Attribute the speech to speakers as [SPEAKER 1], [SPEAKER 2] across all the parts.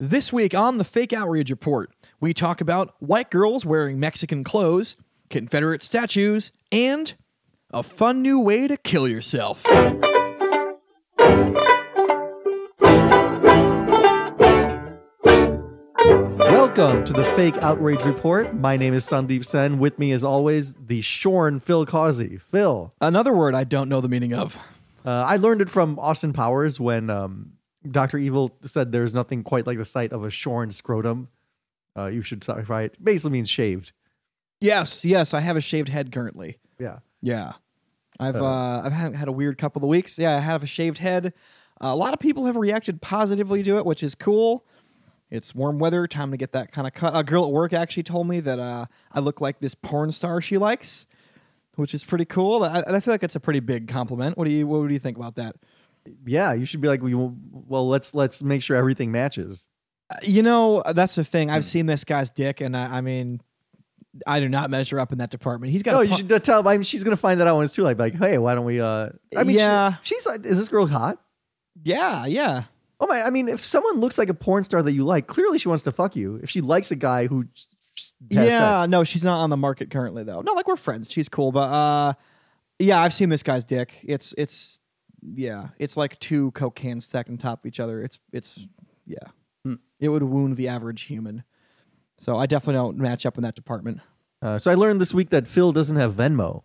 [SPEAKER 1] This week on the Fake Outrage Report, we talk about white girls wearing Mexican clothes, Confederate statues, and a fun new way to kill yourself.
[SPEAKER 2] Welcome to the Fake Outrage Report. My name is Sandeep Sen. With me, as always, the shorn Phil Causey. Phil,
[SPEAKER 1] Another word I don't know the meaning of.
[SPEAKER 2] uh, I learned it from Austin Powers when um, Dr. Evil said there's nothing quite like the sight of a shorn scrotum. Uh, you should try it. Basically means shaved.
[SPEAKER 1] Yes, yes, I have a shaved head currently.
[SPEAKER 2] Yeah.
[SPEAKER 1] Yeah. I've
[SPEAKER 2] Uh,
[SPEAKER 1] uh, I've had, had a weird couple of weeks. Yeah, I have a shaved head. a lot of people have reacted positively to it, which is cool. It's warm weather, time to get that kind of cut. A girl at work actually told me that uh, I look like this porn star she likes, which is pretty cool. I, I feel like it's a pretty big compliment. What do you What do you think about that?
[SPEAKER 2] Yeah, you should be like, we will- well, let's let's make sure everything matches.
[SPEAKER 1] Uh, You know, that's the thing.
[SPEAKER 2] Hmm.
[SPEAKER 1] I've seen this guy's dick, and I, I mean, I do not measure up in that department. He's got
[SPEAKER 2] No,
[SPEAKER 1] a
[SPEAKER 2] you
[SPEAKER 1] pu-
[SPEAKER 2] should uh, tell. I mean, she's gonna find that out when it's too late. Like, hey, why don't we? uh I mean, she-
[SPEAKER 1] Yeah.
[SPEAKER 2] she's like, is this girl hot?
[SPEAKER 1] yeah, yeah.
[SPEAKER 2] Oh my! I mean, if someone looks like a porn star that you like, clearly she wants to fuck you. If she likes a guy who, s- s- has
[SPEAKER 1] yeah,
[SPEAKER 2] sex.
[SPEAKER 1] no, she's not on the market currently though. No, like we're friends. She's cool, but uh, yeah, I've seen this guy's dick. It's it's yeah, it's like two coke cans stacked on top of each other. It's it's yeah,
[SPEAKER 2] Hmm.
[SPEAKER 1] it would wound the average human. So I definitely don't match up in that department.
[SPEAKER 2] Uh, so I learned this week that Phil doesn't have Venmo.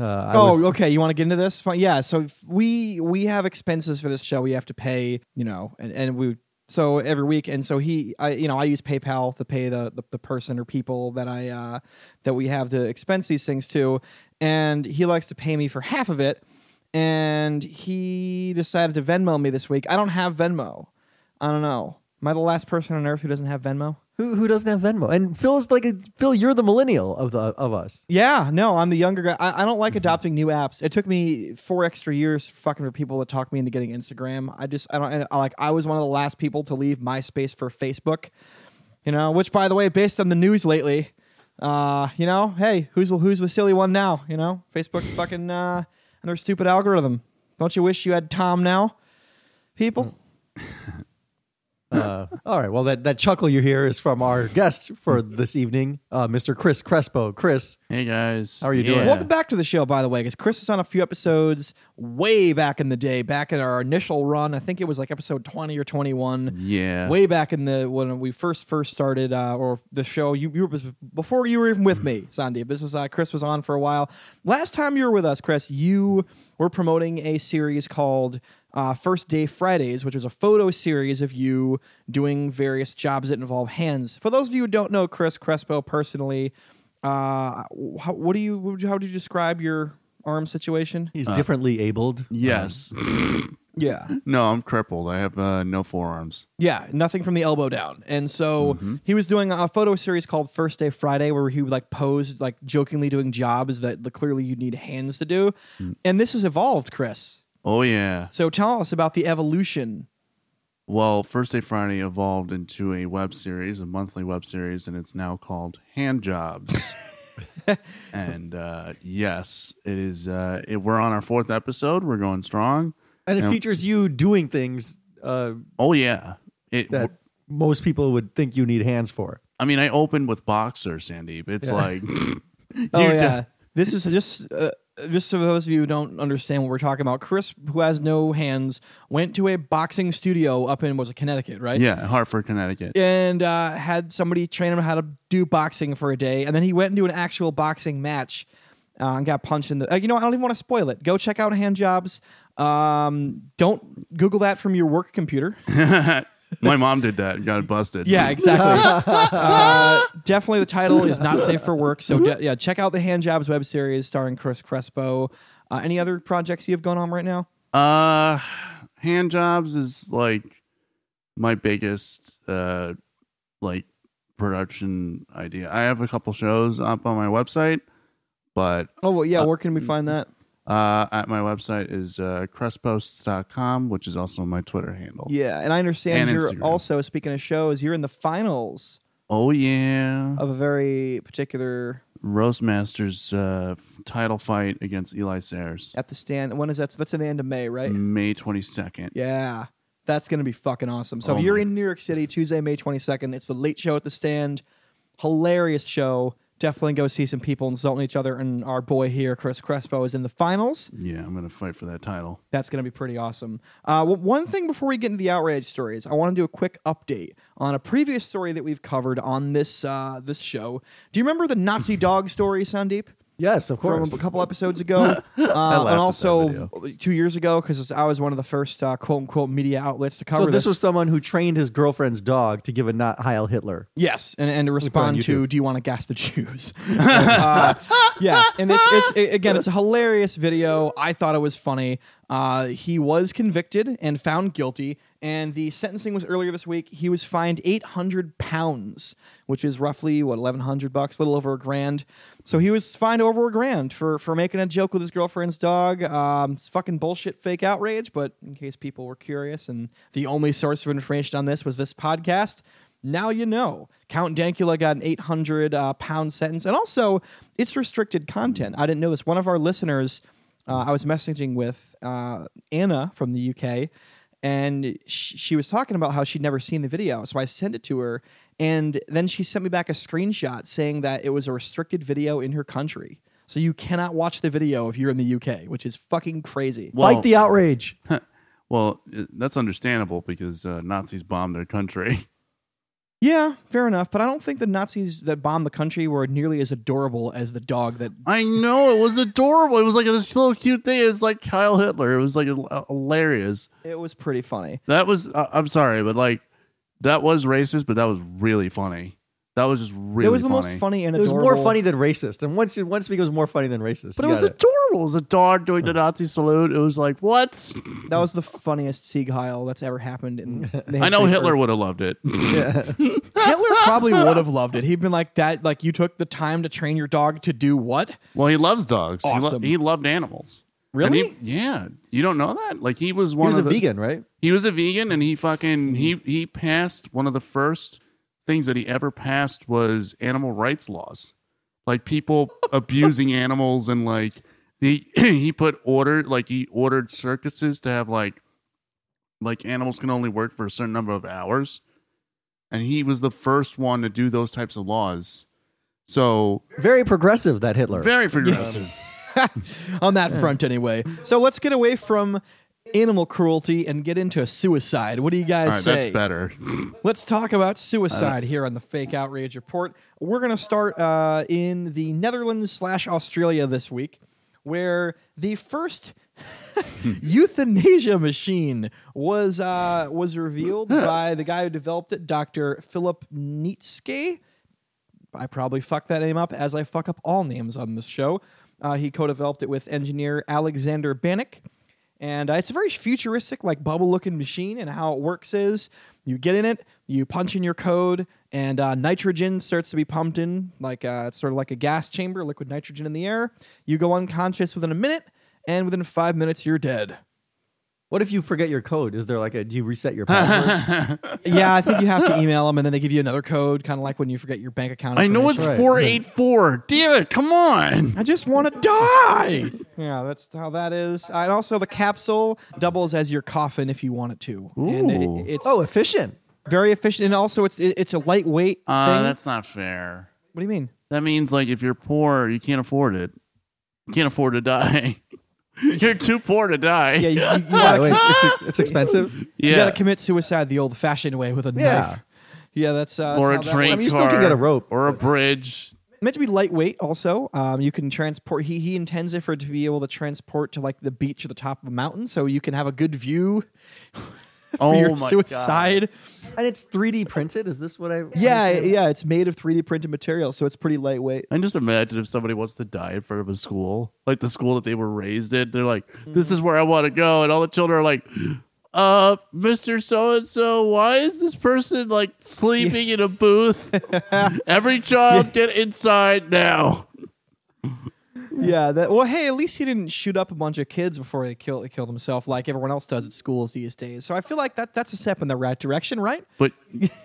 [SPEAKER 2] Uh, I
[SPEAKER 1] oh,
[SPEAKER 2] was-
[SPEAKER 1] okay. You want to get into this? Fine. Yeah. So if we we have expenses for this show. We have to pay, you know, and, and we so every week. And so he, I, you know, I use PayPal to pay the the, the person or people that I uh, that we have to expense these things to, and he likes to pay me for half of it. And he decided to Venmo me this week. I don't have Venmo. I don't know. Am I the last person on earth who doesn't have Venmo?
[SPEAKER 2] who who doesn't have Venmo? And Phil's like, a, Phil, you're the millennial of the of us.
[SPEAKER 1] Yeah, no, I'm the younger guy. I, I don't like adopting new apps. It took me four extra years fucking for people to talk me into getting Instagram. I just I don't and I, like. I was one of the last people to leave MySpace for Facebook. You know, which by the way, based on the news lately, uh, you know, hey, who's who's the silly one now? You know, Facebook fucking uh, and their stupid algorithm. Don't you wish you had Tom now, people?
[SPEAKER 2] Uh, all right. Well, that that chuckle you hear is from our guest for this evening, uh, Mr. Chris Crespo. Chris,
[SPEAKER 3] Hey guys,
[SPEAKER 2] How are you doing?
[SPEAKER 3] Yeah.
[SPEAKER 1] Welcome back to the show, by the way, because Chris is on a few episodes way back in the day, back in our initial run. I think it was like episode 20 or 21.
[SPEAKER 3] Yeah.
[SPEAKER 1] Way back in the when we first first started uh, or the show, you, you were before you were even with me, Sandeep. This was uh, Chris was on for a while. Last time you were with us, Chris, you were promoting a series called uh, First Day Fridays, which was a photo series of you doing various jobs that involve hands. For those of you who don't know Chris Crespo personally, uh, how, what do you what would you- how do you describe your arm situation?
[SPEAKER 2] he's differently abled.
[SPEAKER 3] Yes.
[SPEAKER 1] Yeah,
[SPEAKER 3] no, I'm crippled. I have uh, no forearms.
[SPEAKER 1] Yeah, nothing from the elbow down. And so he was doing a photo series called First Day Friday where he like posed like jokingly doing jobs that like, clearly you need hands to do. And this has evolved, Chris.
[SPEAKER 3] Oh yeah.
[SPEAKER 1] So tell us about the evolution.
[SPEAKER 3] Well, First Day Friday evolved into a web series, a monthly web series, and it's now called Hand Jobs. and uh, yes, it is. Uh, it, we're on our fourth episode. We're going strong.
[SPEAKER 2] And it
[SPEAKER 3] Yeah.
[SPEAKER 2] features you doing things uh,
[SPEAKER 3] Oh yeah. It.
[SPEAKER 2] that most people would think you need hands for.
[SPEAKER 3] I mean, I opened with boxer, Sandeep. It's like. you
[SPEAKER 1] Oh
[SPEAKER 3] d-
[SPEAKER 1] yeah. this is just uh, just for those of you who don't understand what we're talking about. Chris, who has no hands, went to a boxing studio up in was it Connecticut, right?
[SPEAKER 3] Yeah, Hartford, Connecticut.
[SPEAKER 1] and uh, had somebody train him how to do boxing for a day, and then he went into an actual boxing match uh, and got punched in the. Uh, you know, what? I don't even want to spoil it. Go check out hand jobs. Um, don't Google that from your work computer.
[SPEAKER 3] My mom did that. and Got busted.
[SPEAKER 1] Yeah, exactly. uh, definitely, the title is not safe for work. So de- yeah, check out the hand jobs web series starring Chris Crespo. Uh, any other projects you have going on right now?
[SPEAKER 3] Uh, hand jobs is like my biggest uh like production idea. I have a couple shows up on my website, but
[SPEAKER 1] Oh well, yeah. where can we find that?
[SPEAKER 3] uh at my website is uh crestposts.com, which is also my Twitter handle.
[SPEAKER 1] Yeah, and I understand
[SPEAKER 3] And
[SPEAKER 1] you're
[SPEAKER 3] Instagram.
[SPEAKER 1] also speaking of shows. You're in the finals
[SPEAKER 3] Oh yeah.
[SPEAKER 1] of a very particular
[SPEAKER 3] Roastmaster's uh title fight against Eli Sayers. Mm-hmm.
[SPEAKER 1] at the stand. When is that? That's at the end of May, right?
[SPEAKER 3] May 22nd.
[SPEAKER 1] Yeah, That's going to be fucking awesome. So
[SPEAKER 3] Oh
[SPEAKER 1] if you're
[SPEAKER 3] my-
[SPEAKER 1] in New York City, Tuesday, May 22nd, it's the late show at the stand. Hilarious show. Definitely go see some people insulting each other. And our boy here, Chris Crespo, is in the finals.
[SPEAKER 3] Yeah, I'm gonna fight for that title.
[SPEAKER 1] That's going to be pretty awesome. Uh, well, one thing before we get into the outrage stories, I want to do a quick update on a previous story that we've covered on this uh, this show. Do you remember the Nazi dog story, Sandeep?
[SPEAKER 2] Yes, of
[SPEAKER 1] From
[SPEAKER 2] course.
[SPEAKER 1] a couple episodes ago, uh, and
[SPEAKER 3] laughed at that
[SPEAKER 1] also
[SPEAKER 3] video.
[SPEAKER 1] two years ago, because I was one of the first uh, "quote unquote" media outlets to cover
[SPEAKER 2] So this was someone who trained his girlfriend's dog to give a not Heil Hitler.
[SPEAKER 1] Yes, and, and to
[SPEAKER 2] put it on
[SPEAKER 1] respond to, do you want to gas the Jews? Uh, yeah, and it's, it's it- again, it's a hilarious video. I thought it was funny. Uh, he was convicted and found guilty, and the sentencing was earlier this week. He was fined eight hundred pounds, which is roughly what eleven hundred bucks, a little over a grand. So he was fined over a grand for for making a joke with his girlfriend's dog. Um, it's fucking bullshit, fake outrage. But in case people were curious, and the only source of information on this was this podcast. Now you know. Count Dankula got an 800 uh, pound sentence. And also, it's restricted content. I didn't know this. One of our listeners uh, I was messaging with, uh, Anna from the UK, and sh- she was talking about how she'd never seen the video. So I sent it to her. And then she sent me back a screenshot saying that it was a restricted video in her country. So you cannot watch the video if you're in the UK, which is fucking crazy.
[SPEAKER 3] Well,
[SPEAKER 2] Fight the outrage.
[SPEAKER 3] well, i- that's understandable because uh, Nazis bombed their country.
[SPEAKER 1] Yeah, fair enough. But I don't think the Nazis that bombed the country were nearly as adorable as the dog that
[SPEAKER 3] I know it was adorable. It was like this little cute thing. It's like Kyle Hitler. It was like h- hilarious.
[SPEAKER 1] it was pretty funny.
[SPEAKER 3] That was. I I'm sorry, but like that was racist, but that was really funny. That was just really.
[SPEAKER 1] it was the
[SPEAKER 3] funny.
[SPEAKER 1] most funny and
[SPEAKER 2] It was more
[SPEAKER 1] adorable-
[SPEAKER 2] funny than racist. And once once it was more funny than racist.
[SPEAKER 3] But
[SPEAKER 2] you
[SPEAKER 3] it was
[SPEAKER 2] got
[SPEAKER 3] adorable. It was a dog doing the Nazi salute. It was like what?
[SPEAKER 1] That was the funniest Sieg Heil that's ever happened. In the
[SPEAKER 3] I
[SPEAKER 1] history
[SPEAKER 3] know
[SPEAKER 1] of
[SPEAKER 3] Hitler
[SPEAKER 1] Earth.
[SPEAKER 3] would have loved it.
[SPEAKER 1] Hitler probably would have loved it. He'd been like that. Like you took the time to train your dog to do what?
[SPEAKER 3] well, he loves dogs. He lo-
[SPEAKER 1] Awesome.
[SPEAKER 3] He, loved animals. And
[SPEAKER 1] Really?
[SPEAKER 3] he- yeah. You don't know that? Like he was
[SPEAKER 2] he
[SPEAKER 3] one
[SPEAKER 2] was a
[SPEAKER 3] of the,
[SPEAKER 2] vegan, right?
[SPEAKER 3] He was a vegan, and he fucking he he passed one of the first things that he ever passed was animal rights laws, like people abusing animals and like he he put order like he ordered circuses to have like like animals can only work for a certain number of hours, and he was the first one to do those types of laws. So
[SPEAKER 2] Very progressive that Hitler.
[SPEAKER 3] very progressive.
[SPEAKER 1] On
[SPEAKER 2] Hmm.
[SPEAKER 1] that front, anyway. So let's get away from animal cruelty and get into suicide. What do you guys
[SPEAKER 3] All right,
[SPEAKER 1] say?
[SPEAKER 3] that's better.
[SPEAKER 1] Let's talk about suicide here on the Fake Outrage Report. We're going to start uh, in the Netherlands slash Australia this week, where the first euthanasia machine was uh, was revealed by the guy who developed it, Dr. Philip Nietzsche. I probably fucked that name up as I fuck up all names on this show. Uh, he co-developed it with engineer Alexander Bannock. And uh, it's a very futuristic, like bubble-looking machine. And how it works is, you get in it, you punch in your code, and uh, nitrogen starts to be pumped in, like uh, it's sort of like a gas chamber, liquid nitrogen in the air. You go unconscious within a minute, and within five minutes you're dead.
[SPEAKER 2] What if you forget your code? Is there like a do you reset your password?
[SPEAKER 1] yeah, I think you have to email them, and then they give you another code, kind of like when you forget your bank account.
[SPEAKER 3] I know it's
[SPEAKER 1] information.
[SPEAKER 2] Right.
[SPEAKER 3] four eight four. Damn it! Come on.
[SPEAKER 1] I just want to die. Yeah, that's how that is. Uh, And also, the capsule doubles as your coffin if you want it to. And
[SPEAKER 3] Ooh.
[SPEAKER 1] it, it's
[SPEAKER 2] oh, efficient.
[SPEAKER 1] very efficient. And also, it's it, it's a lightweight
[SPEAKER 3] Uh,
[SPEAKER 1] thing.
[SPEAKER 3] that's not fair.
[SPEAKER 1] what do you mean?
[SPEAKER 3] That means like if you're poor, you can't afford it. You can't afford to die. you're too poor to die.
[SPEAKER 1] Yeah, you, you, you
[SPEAKER 2] Yeah,
[SPEAKER 1] gotta,
[SPEAKER 2] wait, it's, it's expensive.
[SPEAKER 1] you gotta
[SPEAKER 3] Yeah.
[SPEAKER 1] commit suicide the old-fashioned way with a
[SPEAKER 2] Yeah.
[SPEAKER 1] knife. Yeah, that's, uh, that's
[SPEAKER 3] or
[SPEAKER 1] how that
[SPEAKER 3] a train
[SPEAKER 1] works.
[SPEAKER 2] I mean, you
[SPEAKER 3] car,
[SPEAKER 2] still can get a rope.
[SPEAKER 3] or a bridge.
[SPEAKER 1] meant to be lightweight also um, you can transport he, he intends it for it to be able to transport to like the beach or the top of a mountain so you can have a good view
[SPEAKER 3] Oh
[SPEAKER 1] for your
[SPEAKER 3] my
[SPEAKER 1] suicide
[SPEAKER 2] And it's 3D printed. Is this what I
[SPEAKER 1] yeah yeah it's made of 3d printed material so it's pretty lightweight
[SPEAKER 3] God. I just imagine if somebody wants to die in front of a school, like the school that they were raised in. They're like, "This is where I want to go," and all the children are like, "Uh, Mister So and So, why is this person like sleeping in a booth? Every child, get inside now."
[SPEAKER 1] yeah that well hey at least he didn't shoot up a bunch of kids before he killed, killed himself like everyone else does at schools these days so i feel like that that's a step in the right direction right
[SPEAKER 3] But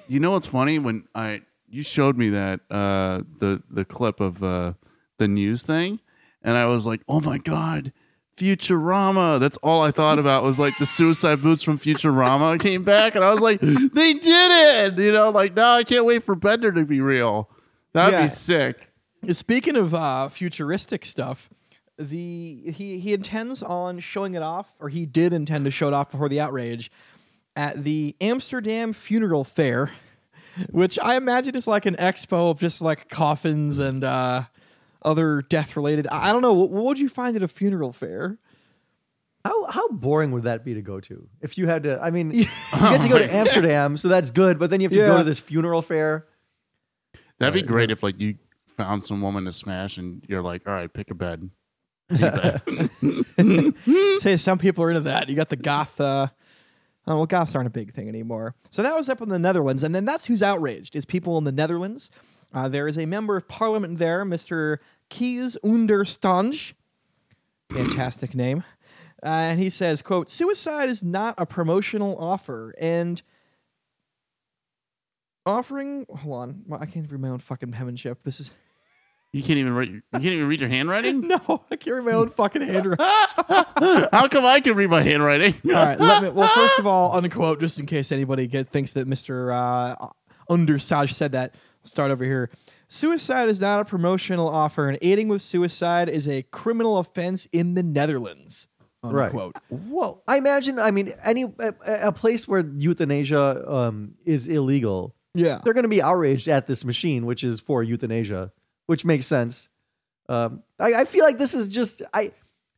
[SPEAKER 3] you know what's funny when I you showed me that uh, the the clip of uh, the news thing, and I was like, oh my god, Futurama. That's all I thought about was like the suicide boots from Futurama came back, and I was like, they did it. You know, like now I can't wait for Bender to be real. That'd
[SPEAKER 1] Yeah.
[SPEAKER 3] be sick.
[SPEAKER 1] Speaking of uh, futuristic stuff, the he he intends on showing it off, or he did intend to show it off before the outrage at the Amsterdam Funeral Fair, which I imagine is like an expo of just like coffins and uh, other death related. I I don't know what, what would you find at a funeral fair.
[SPEAKER 2] How how boring would that be to go to? If you had to, I mean, you get to go to Amsterdam, so that's good. But then you have to
[SPEAKER 1] Yeah.
[SPEAKER 2] go to this funeral fair.
[SPEAKER 3] That'd be great if like you found some woman to smash, and you're like, all right, pick a bed. Pick a bed.
[SPEAKER 1] Say some people are into that. You got the goth. Uh, oh, well, goths aren't a big thing anymore. So that was up in the Netherlands, and then that's who's outraged is people in the Netherlands. Uh, there is a member of parliament there, Mister Kies Understange. Fantastic name. Uh, and he says, "quote Suicide is not a promotional offer, and offering. Hold on, I can't read my own fucking penmanship. This is."
[SPEAKER 3] You can't even read. You can't even read your handwriting.
[SPEAKER 1] No, I can't read my own fucking handwriting.
[SPEAKER 3] How come I can read my handwriting?
[SPEAKER 1] All right. Let me, well, first of all, unquote, just in case anybody get, thinks that Mr. Uh, Undersage said that. I'll start over here. Suicide is not a promotional offer, and aiding with suicide is a criminal offense in the Netherlands.
[SPEAKER 2] Right.
[SPEAKER 1] Unquote.
[SPEAKER 2] Whoa! I imagine. I mean, any a, a place where euthanasia um, is illegal,
[SPEAKER 1] Yeah.
[SPEAKER 2] they're going to be outraged at this machine, which is for euthanasia, which makes sense. Um, I, I feel like this is just. I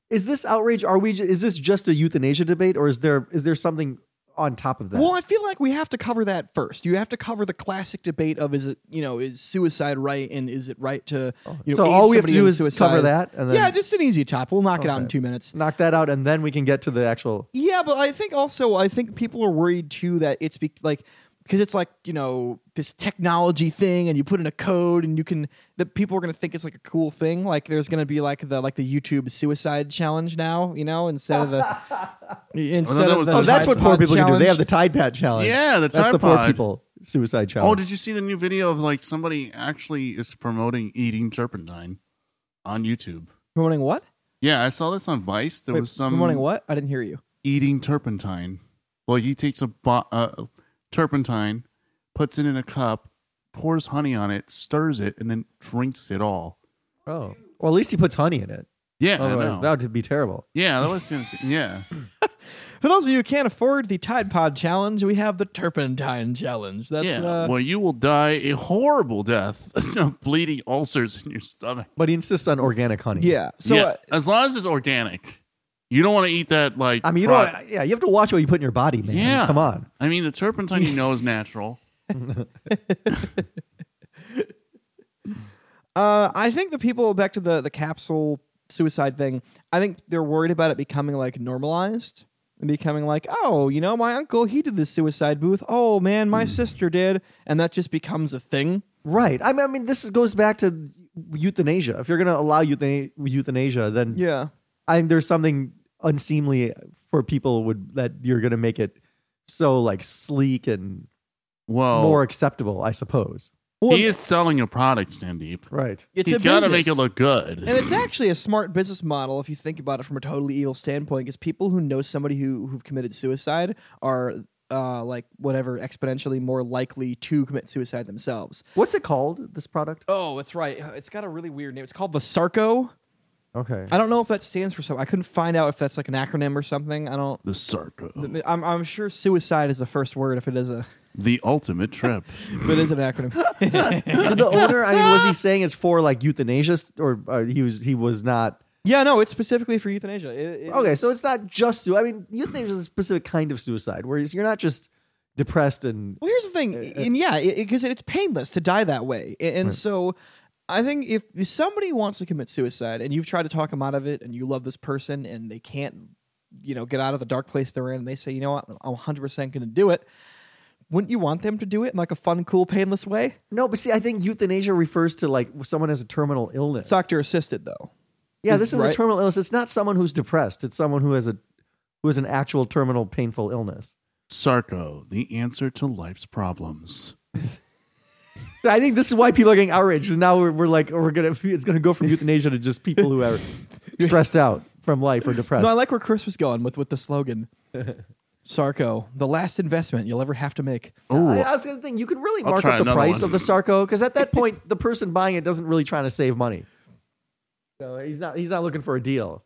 [SPEAKER 2] is this outrage? Are we? ju- Is this just a euthanasia debate, or is there is there something on top of that?
[SPEAKER 1] Well, I feel like we have to cover that first. You have to cover the classic debate of is it you know is suicide right and is it right to you know
[SPEAKER 2] so
[SPEAKER 1] aid
[SPEAKER 2] all we have to
[SPEAKER 1] somebody
[SPEAKER 2] do
[SPEAKER 1] in
[SPEAKER 2] is
[SPEAKER 1] suicide?
[SPEAKER 2] cover that, and then
[SPEAKER 1] yeah, just an easy topic. We'll knock it out in
[SPEAKER 2] Okay.
[SPEAKER 1] two minutes.
[SPEAKER 2] knock that out, and then we can get to the actual
[SPEAKER 1] Yeah, but I think also I think people are worried too that it's be- like because it's like you know this technology thing and you put in a code and you can that people are gonna think it's like a cool thing. Like there's gonna be like the like the YouTube suicide challenge now, you know, instead of the instead
[SPEAKER 3] that
[SPEAKER 1] of
[SPEAKER 3] was
[SPEAKER 1] the
[SPEAKER 3] the
[SPEAKER 2] Oh, that's
[SPEAKER 1] Tide
[SPEAKER 2] what
[SPEAKER 1] Pod
[SPEAKER 2] poor people can do.
[SPEAKER 1] challenge.
[SPEAKER 2] They have the Tide Pad challenge.
[SPEAKER 3] Yeah, the
[SPEAKER 2] that's
[SPEAKER 3] Tide
[SPEAKER 2] the poor
[SPEAKER 3] Pod.
[SPEAKER 2] people suicide
[SPEAKER 3] Oh,
[SPEAKER 2] challenge.
[SPEAKER 3] did you see the new video of like somebody actually is promoting eating turpentine on YouTube?
[SPEAKER 1] promoting what?
[SPEAKER 3] Yeah, I saw this on Vice. There
[SPEAKER 1] Wait,
[SPEAKER 3] was some
[SPEAKER 1] promoting what? I didn't hear you.
[SPEAKER 3] eating turpentine. Well, he takes a bo- uh, turpentine, puts it in a cup, pours honey on it, stirs it, and then drinks it all.
[SPEAKER 2] Oh, well, at least he puts honey in it.
[SPEAKER 3] Yeah, I
[SPEAKER 2] Otherwise,
[SPEAKER 3] know.
[SPEAKER 2] that would be terrible.
[SPEAKER 3] yeah, that was yeah.
[SPEAKER 1] For those of you who can't afford the Tide Pod challenge, we have the Turpentine challenge. That's
[SPEAKER 3] yeah.
[SPEAKER 1] uh,
[SPEAKER 3] well, you will die a horrible death of bleeding ulcers in your stomach.
[SPEAKER 2] But he insists on organic honey.
[SPEAKER 1] yeah. So
[SPEAKER 3] yeah,
[SPEAKER 1] uh,
[SPEAKER 3] as long as it's organic, you don't want to eat that like.
[SPEAKER 2] I mean, you
[SPEAKER 3] pro-
[SPEAKER 2] don't. Yeah, you have to watch what you put in your body, man.
[SPEAKER 3] Yeah.
[SPEAKER 2] come on.
[SPEAKER 3] I mean, the turpentine you know is natural.
[SPEAKER 1] Uh, I think the people back to the the capsule suicide thing. I think they're worried about it becoming like normalized and becoming like, oh, you know, my uncle he did this suicide booth. Oh man,
[SPEAKER 3] Hmm.
[SPEAKER 1] my sister did, and that just becomes a thing.
[SPEAKER 2] Right. I mean, I mean, this is- goes back to euthanasia. If you're going to allow euthana- euthanasia, then
[SPEAKER 1] Yeah,
[SPEAKER 2] I think there's something unseemly for people would that you're going to make it so like sleek and
[SPEAKER 3] Whoa.
[SPEAKER 2] more acceptable, I suppose.
[SPEAKER 1] well,
[SPEAKER 3] Oh. he is selling a product, Sandeep.
[SPEAKER 2] Right.
[SPEAKER 1] it's
[SPEAKER 3] He's
[SPEAKER 1] a
[SPEAKER 3] got to
[SPEAKER 1] business.
[SPEAKER 3] make it look good.
[SPEAKER 1] And it's actually a smart business model if you think about it from a totally evil standpoint, because people who know somebody who who've committed suicide are uh, like whatever exponentially more likely to commit suicide themselves.
[SPEAKER 2] What's it called? This product?
[SPEAKER 1] Oh, that's right. It's got a really weird name. It's called the Sarco.
[SPEAKER 2] Okay.
[SPEAKER 1] I don't know if that stands for something. I couldn't find out if that's like an acronym or something. I don't.
[SPEAKER 3] the Sarco. The,
[SPEAKER 1] I'm, I'm sure suicide is the first word if it is a
[SPEAKER 3] ultimate trip.
[SPEAKER 1] if it is an acronym.
[SPEAKER 2] Did the owner, I mean, was he saying it's for like euthanasia, st- or uh, he was he was not?
[SPEAKER 1] yeah, no, it's specifically for euthanasia. It- it
[SPEAKER 2] Okay,
[SPEAKER 1] is-
[SPEAKER 2] so it's not just suicide. I mean, euthanasia is a specific kind of suicide, where you're not just depressed and
[SPEAKER 1] well, here's the thing,
[SPEAKER 2] Uh,
[SPEAKER 1] and yeah, because it's painless to die that way, A- and so I think if if somebody wants to commit suicide and you've tried to talk them out of it, and you love this person, and they can't, you know, get out of the dark place they're in, and they say, you know what, I'm 100 percent going to do it. Wouldn't you want them to do it in like a fun, cool, painless way?
[SPEAKER 2] no. But see, I think euthanasia refers to like someone has a terminal illness.
[SPEAKER 1] Doctor assisted though.
[SPEAKER 2] yeah, this is
[SPEAKER 1] right.
[SPEAKER 2] a terminal illness. It's not someone who's depressed. It's someone who has a who has an actual terminal painful illness.
[SPEAKER 3] Sarco, the answer to life's problems.
[SPEAKER 2] I think this is why people are getting outraged. Because now we're, we're like, oh, we're gonna it's gonna go from euthanasia to just people who are stressed out. from life or depressed.
[SPEAKER 1] No, I like where Chris was going with with the slogan. Sarko, the last investment you'll ever have to make.
[SPEAKER 3] Ooh,
[SPEAKER 2] I, I was gonna think you can really
[SPEAKER 3] I'll
[SPEAKER 2] mark
[SPEAKER 3] try
[SPEAKER 2] up the
[SPEAKER 3] another
[SPEAKER 2] price
[SPEAKER 3] one.
[SPEAKER 2] of the Sarco because at that point the person buying it doesn't really trying to save money. So he's not he's not looking for a deal.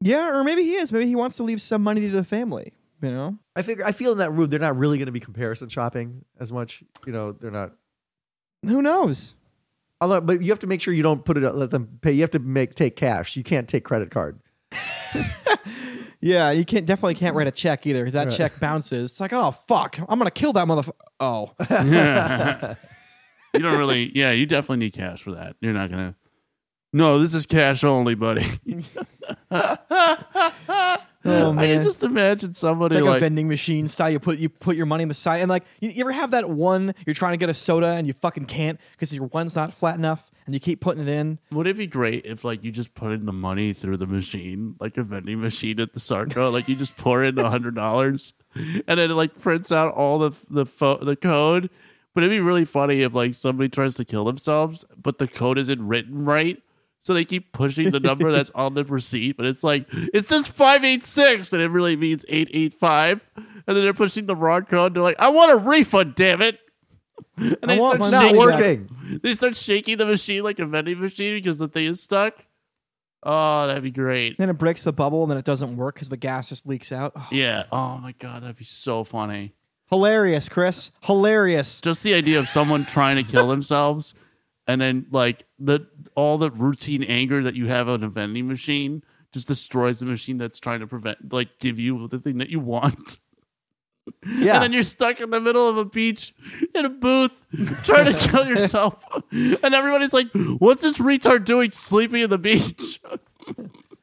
[SPEAKER 1] Yeah, or maybe he is. Maybe he wants to leave some money to the family. You know,
[SPEAKER 2] I figure I feel in that room they're not really gonna be comparison shopping as much. You know they're not.
[SPEAKER 1] who knows?
[SPEAKER 2] Although, but you have to make sure you don't put it. Let them pay. You have to make take cash. You can't take credit card.
[SPEAKER 1] Yeah, you can't definitely can't write a check either. That
[SPEAKER 2] Right.
[SPEAKER 1] check bounces. It's like, oh fuck, I'm gonna kill that motherfucker. Oh,
[SPEAKER 3] you don't really. Yeah, you definitely need cash for that. You're not gonna. No, this is cash only, buddy.
[SPEAKER 1] oh
[SPEAKER 3] I can just imagine somebody
[SPEAKER 1] It's like, a
[SPEAKER 3] like,
[SPEAKER 1] vending machine style. You put you put your money beside, and like you, you ever have that one you're trying to get a soda and you fucking can't because your one's not flat enough, and you keep putting it in.
[SPEAKER 3] would it be great if like you just put in the money through the machine, like a vending machine at the Sarco? like you just pour in a hundred dollars, and then it like prints out all the the fo- the code. But it'd be really funny if like somebody tries to kill themselves, but the code isn't written right. So they keep pushing the number that's on the receipt, but it's like it says five eight six, and it really means eight eight five. And then they're pushing the wrong code. They're like, "I want a refund, damn it!" And
[SPEAKER 1] I want
[SPEAKER 2] It's
[SPEAKER 1] one.
[SPEAKER 2] not
[SPEAKER 1] Shaking back.
[SPEAKER 2] working.
[SPEAKER 3] they start shaking the machine like a vending machine because the thing is stuck. Oh, that'd be great.
[SPEAKER 1] Then it breaks the bubble, and then it doesn't work because the gas just leaks out. Oh,
[SPEAKER 3] Yeah. Oh my god, that'd be so funny.
[SPEAKER 1] hilarious, Chris. Hilarious.
[SPEAKER 3] Just the idea of someone trying to kill themselves and then like the all the routine anger that you have on a vending machine just destroys the machine that's trying to prevent like give you the thing that you want.
[SPEAKER 2] Yeah.
[SPEAKER 3] And then you're stuck in the middle of a beach in a booth trying to kill yourself. and everybody's like, What's this retard doing sleeping in the beach?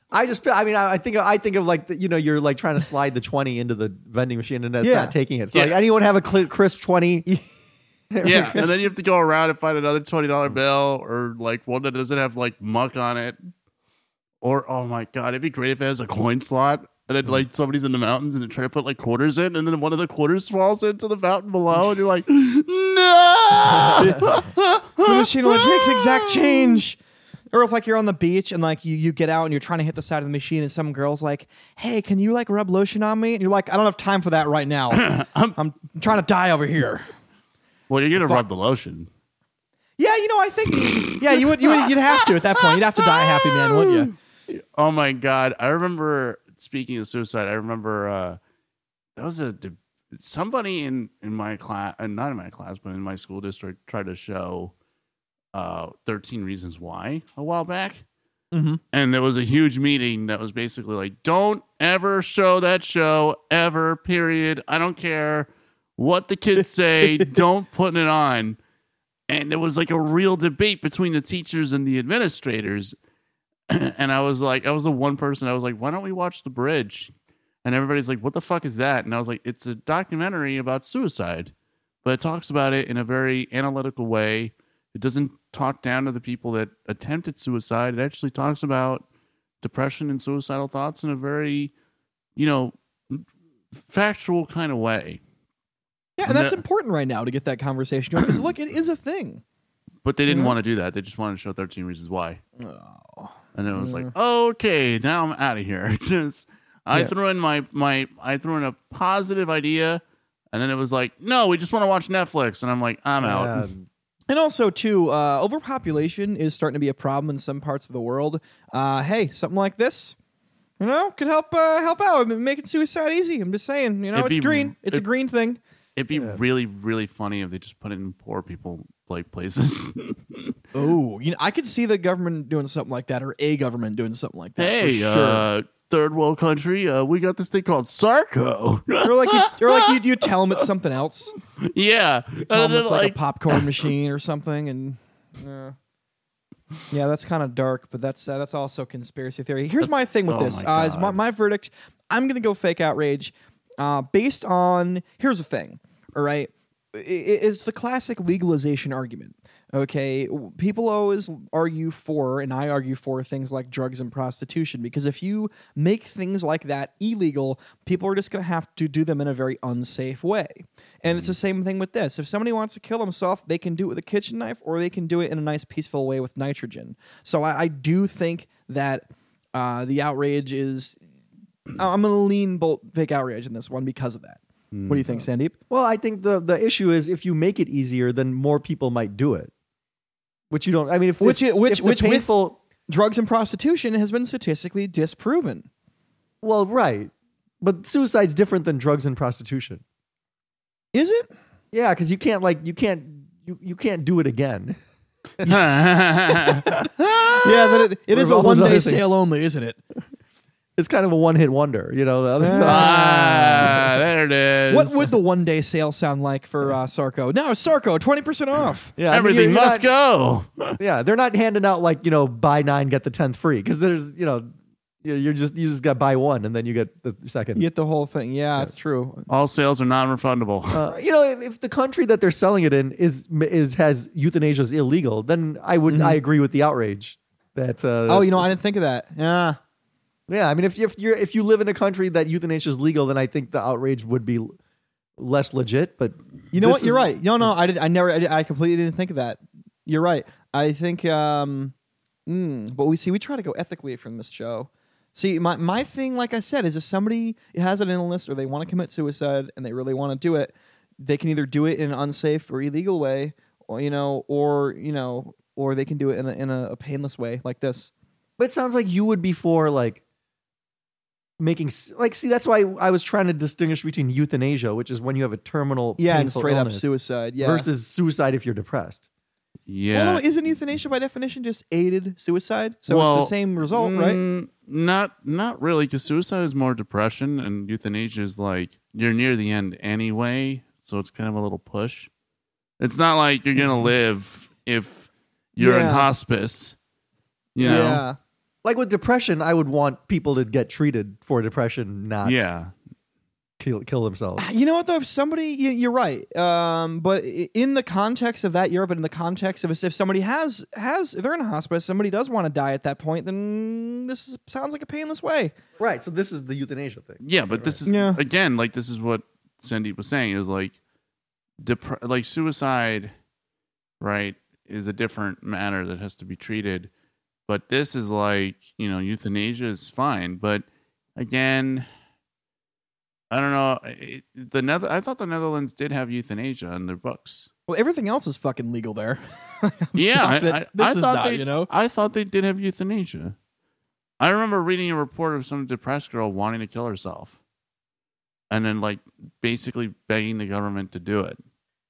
[SPEAKER 2] I just, feel- I mean, I, I think, I think of like, the, you know, you're like trying to slide the twenty into the vending machine and it's
[SPEAKER 1] Yeah.
[SPEAKER 2] not taking it. So, like,
[SPEAKER 3] Yeah.
[SPEAKER 2] anyone have a cl- crisp twenty?
[SPEAKER 3] Yeah, and then you have to go around and find another twenty dollar bill or like one that doesn't have like muck on it. Or oh my god, it'd be great if it has a coin slot and then like somebody's in the mountains and they're trying to put like quarters in, and then one of the quarters falls into the fountain below, and you're like, no.
[SPEAKER 1] the machine only takes exact change. Or if like you're on the beach and like you you get out and you're trying to hit the side of the machine and some girl's like, "Hey, can you like rub lotion on me?" And you're like, "I don't have time for that right now. I'm, I'm trying to die over here."
[SPEAKER 3] well, you're gonna rub the lotion.
[SPEAKER 1] Yeah, you know, I think yeah, you would you would, you'd have to at that point. You'd have to die a happy man, wouldn't you?
[SPEAKER 3] Oh my god, I remember speaking of suicide. I remember uh that was a deb- somebody in in my class, uh, not in my class, but in my school district tried to show uh 13 reasons why a while back.
[SPEAKER 1] Mhm.
[SPEAKER 3] And there was a huge meeting that was basically like, don't ever show that show ever, period. I don't care what the kids say, don't put it on. And there was like a real debate between the teachers and the administrators and I was like, I was the one person. I was like, why don't we watch The Bridge? And everybody's like, what the fuck is that? And I was like, it's a documentary about suicide, but it talks about it in a very analytical way. It doesn't talk down to the people that attempted suicide. It actually talks about depression and suicidal thoughts in a very, you know, factual kind of way.
[SPEAKER 1] Yeah, and that's
[SPEAKER 3] No.
[SPEAKER 1] important right now to get that conversation going because look, it is a thing.
[SPEAKER 3] But they didn't
[SPEAKER 1] Yeah.
[SPEAKER 3] want to do that. They just wanted to show 13 Reasons Why.
[SPEAKER 1] Oh.
[SPEAKER 3] And it was like,
[SPEAKER 1] Yeah.
[SPEAKER 3] okay, now I'm out of here. 'Cause I
[SPEAKER 1] Yeah.
[SPEAKER 3] threw in my my I threw in a positive idea, and then it was like, no, we just want to watch Netflix, and I'm like, I'm out.
[SPEAKER 2] Um,
[SPEAKER 1] And also, too, uh, overpopulation is starting to be a problem in some parts of the world. Uh, hey, something like this, you know, could help uh, help out. I've been making suicide easy. I'm just saying, you know,
[SPEAKER 3] It'd
[SPEAKER 1] it's
[SPEAKER 3] be-
[SPEAKER 1] green. It's a
[SPEAKER 3] it-
[SPEAKER 1] green thing.
[SPEAKER 3] It'd be really really funny if they just put it in poor people like places.
[SPEAKER 1] Oh, you know, I could see the government doing something like that, or a government doing something like that. for
[SPEAKER 3] hey,
[SPEAKER 1] sure.
[SPEAKER 3] uh, third world country, uh, we got this thing called Sarco.
[SPEAKER 1] or like, you, or like you, you tell them it's something else.
[SPEAKER 3] yeah,
[SPEAKER 1] Tell
[SPEAKER 3] And
[SPEAKER 1] 'em
[SPEAKER 3] then,
[SPEAKER 1] it's like, a popcorn machine or something, and. Uh, yeah, that's kind of dark, but that's uh, that's also conspiracy theory. Here's my thing with
[SPEAKER 3] oh
[SPEAKER 1] this:
[SPEAKER 3] my
[SPEAKER 1] uh, is my,
[SPEAKER 3] God.
[SPEAKER 1] my verdict. I'm gonna go fake outrage, uh, based on here's the thing. All right, I- I- it's the classic legalization argument. Okay, W- people always argue for, and I argue for things like drugs and prostitution because if you make things like that illegal, people are just gonna have to do them in a very unsafe way. And it's the same thing with this. If somebody wants to kill themselves, they can do it with a kitchen knife, or they can do it in a nice, peaceful way with nitrogen. So I, I do think that Uh, the outrage is. I'm going to lean Bolt Vic outrage in this one because of that. What do you think, Sandeep?
[SPEAKER 2] Well, I think the the issue is if you make it easier, then more people might do it. Which you don't. I mean, if
[SPEAKER 1] Which-
[SPEAKER 2] if,
[SPEAKER 1] which-
[SPEAKER 2] if the
[SPEAKER 1] which with-
[SPEAKER 2] painful.
[SPEAKER 1] Drugs and prostitution has been statistically disproven.
[SPEAKER 2] well, right, but suicide's different than drugs and prostitution.
[SPEAKER 1] Is it?
[SPEAKER 2] Yeah, because you can't like you can't you, you can't do it again.
[SPEAKER 1] Yeah, but it, it is a one
[SPEAKER 2] Revolvers are
[SPEAKER 1] day
[SPEAKER 2] other things.
[SPEAKER 1] sale only, isn't it?
[SPEAKER 2] It's kind of a one hit wonder, you know. The other
[SPEAKER 3] ah, there it is.
[SPEAKER 1] What would the one day sale sound like for uh, Sarko? Now, Sarko, 20% off.
[SPEAKER 2] yeah, I mean,
[SPEAKER 3] everything
[SPEAKER 2] you're- you're
[SPEAKER 3] must
[SPEAKER 2] not-
[SPEAKER 3] go?
[SPEAKER 2] Yeah, they're not handing out like you know buy nine get the tenth free because there's you know you're you're just you just got buy one and then you get the second.
[SPEAKER 1] You get the whole thing. Yeah, it's true.
[SPEAKER 3] All sales are non-refundable.
[SPEAKER 2] Uh, you know, if, if the country that they're selling it in is is has euthanasia is illegal, then I would I agree with the outrage that. Uh,
[SPEAKER 1] Mm-hmm. Oh, you know, I didn't think of that. Yeah.
[SPEAKER 2] yeah. I mean, if you- if you're if you live in a country that euthanasia is legal, then I think the outrage would be l- less legit. But
[SPEAKER 1] You know
[SPEAKER 2] this
[SPEAKER 1] what? You're
[SPEAKER 2] is-
[SPEAKER 1] right. No, no, I did. I never. I, did- I completely didn't think of that. You're right. I think. Um, mm, but we see we try to go ethically from this show. See, my my thing, like I said, is if somebody has an illness or they want to commit suicide and they really want to do it, they can either do it in an unsafe or illegal way, or you know, or you know, or they can do it in a in a, a painless way like this.
[SPEAKER 2] But it sounds like you would be for like making s- like see that's why I was trying to distinguish between euthanasia, which is when you have a terminal
[SPEAKER 1] Yeah, and
[SPEAKER 2] painful
[SPEAKER 1] straight up
[SPEAKER 2] illness,
[SPEAKER 1] suicide. Yeah.
[SPEAKER 2] versus suicide if you're depressed.
[SPEAKER 3] yeah.
[SPEAKER 1] Although, isn't euthanasia by definition just aided suicide? So
[SPEAKER 3] Well,
[SPEAKER 1] it's the same result, right?
[SPEAKER 3] Mm, Not not really, because suicide is more depression, and euthanasia is like you're near the end anyway, so it's kind of a little push. It's not like you're gonna live if you're in
[SPEAKER 1] Yeah.
[SPEAKER 3] hospice. You know?
[SPEAKER 1] Yeah.
[SPEAKER 2] Like with depression, I would want people to get treated for depression,
[SPEAKER 3] Yeah.
[SPEAKER 2] not kill kill themselves.
[SPEAKER 1] You know what though? If somebody, you, you're right. Um, but i- in the context of that Europe, but in the context of if somebody has has if they're in a hospice, somebody does want to die at that point, then this is, sounds like a painless way.
[SPEAKER 2] Right. So this is the euthanasia thing.
[SPEAKER 3] Yeah, but this is
[SPEAKER 1] Yeah.
[SPEAKER 3] again like this is what Sandeep was saying is like, depre- like suicide, right, is a different matter that has to be treated. But this is like you know euthanasia is fine, but again, I don't know. It, the Nether- I thought the Netherlands did have euthanasia in their books.
[SPEAKER 1] Well, everything else is fucking legal there. I'm
[SPEAKER 3] yeah,
[SPEAKER 1] shocked
[SPEAKER 3] I,
[SPEAKER 1] that
[SPEAKER 3] I-
[SPEAKER 1] this
[SPEAKER 3] I
[SPEAKER 1] is
[SPEAKER 3] thought
[SPEAKER 1] not.
[SPEAKER 3] they,
[SPEAKER 1] you know,
[SPEAKER 3] I thought they did have euthanasia. I remember reading a report of some depressed girl wanting to kill herself, and then like basically begging the government to do it.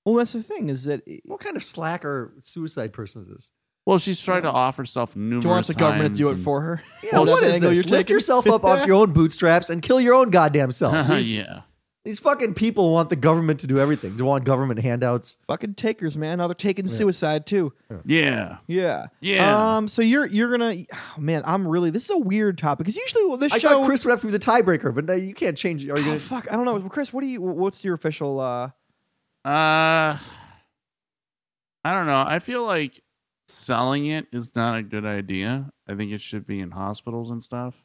[SPEAKER 1] well, that's the thing is that she
[SPEAKER 2] What kind of slacker suicide person is this?
[SPEAKER 3] Well, she's tried to offer herself numerous.
[SPEAKER 1] wants the government
[SPEAKER 3] times
[SPEAKER 1] to do it
[SPEAKER 3] and-
[SPEAKER 1] for her.
[SPEAKER 2] Yeah,
[SPEAKER 1] Well,
[SPEAKER 2] what
[SPEAKER 1] that's
[SPEAKER 2] is
[SPEAKER 1] the angle
[SPEAKER 2] this?
[SPEAKER 1] you're
[SPEAKER 2] Lift
[SPEAKER 1] taking.
[SPEAKER 2] yourself up off your own bootstraps and kill your own goddamn self. These,
[SPEAKER 3] yeah,
[SPEAKER 2] these fucking people want the government to do everything. They want government handouts.
[SPEAKER 1] Fucking takers, man. Now they're taking suicide too.
[SPEAKER 3] yeah,
[SPEAKER 1] Yeah.
[SPEAKER 3] Yeah.
[SPEAKER 1] Um. So you're you're gonna, oh, man. I'm really. This is a weird topic because usually well, this
[SPEAKER 2] I
[SPEAKER 1] show.
[SPEAKER 2] thought Chris would have to be the tiebreaker, but now you can't change. Are you
[SPEAKER 1] oh,
[SPEAKER 2] gonna,
[SPEAKER 1] fuck. I don't know, Chris. What do you? What's your official? uh
[SPEAKER 3] Uh, I don't know. I feel like selling it is not a good idea. I think it should be in hospitals and stuff.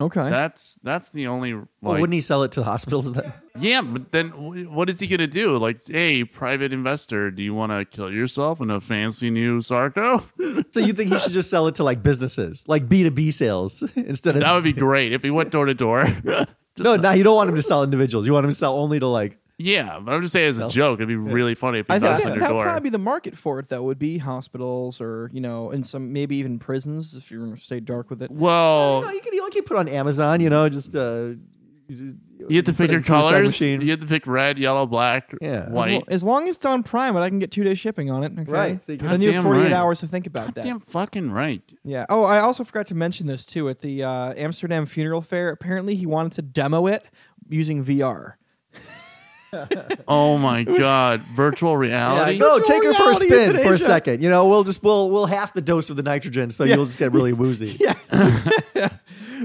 [SPEAKER 1] Okay.
[SPEAKER 3] That's that's the only. Like,
[SPEAKER 2] well, wouldn't he sell it to the hospitals then?
[SPEAKER 3] Yeah, but then wh- what is he going to do? Like, hey, private investor, do you want to kill yourself in a fancy new Sarco?
[SPEAKER 2] So you think he should just sell it to like businesses, like B two B sales instead of
[SPEAKER 3] That would be great if he went door to door.
[SPEAKER 2] no. Now you don't want him to sell individuals. You want him to sell only to like
[SPEAKER 3] Yeah, but I'm just saying as a joke, it'd be really funny if he
[SPEAKER 1] I
[SPEAKER 3] knocks
[SPEAKER 1] think that,
[SPEAKER 3] on your
[SPEAKER 1] that would
[SPEAKER 3] door.
[SPEAKER 1] probably be the market for it. Though would be hospitals or you know, in some maybe even prisons if you're gonna stay dark with it.
[SPEAKER 2] No,
[SPEAKER 3] well,
[SPEAKER 2] you can you can put it on Amazon. You know, just uh, you,
[SPEAKER 3] you have to
[SPEAKER 2] put
[SPEAKER 3] pick your
[SPEAKER 2] in suicide
[SPEAKER 3] colors.
[SPEAKER 2] machine.
[SPEAKER 3] You have to pick red, yellow, black,
[SPEAKER 2] Yeah.
[SPEAKER 1] Well,
[SPEAKER 3] white.
[SPEAKER 1] as long as it's on Prime, but I can get two day shipping on it. Okay?
[SPEAKER 2] Right, so you can-
[SPEAKER 1] then you have
[SPEAKER 3] Goddamn
[SPEAKER 1] 48
[SPEAKER 3] right.
[SPEAKER 1] hours to think about that.
[SPEAKER 3] Damn fucking right.
[SPEAKER 1] Yeah. Oh, I also forgot to mention this too. At the uh, Amsterdam Funeral Fair, apparently he wanted to demo it using VR.
[SPEAKER 3] Oh my god, virtual
[SPEAKER 2] Yeah,
[SPEAKER 3] reality.
[SPEAKER 2] no,
[SPEAKER 1] Virtual
[SPEAKER 2] take her for a
[SPEAKER 1] reality
[SPEAKER 2] spin for a
[SPEAKER 1] euthanasia.
[SPEAKER 2] second. You know, we'll just we'll we'll half the dose of the nitrogen, so
[SPEAKER 1] Yeah.
[SPEAKER 2] you'll just get really woozy.
[SPEAKER 1] Yeah.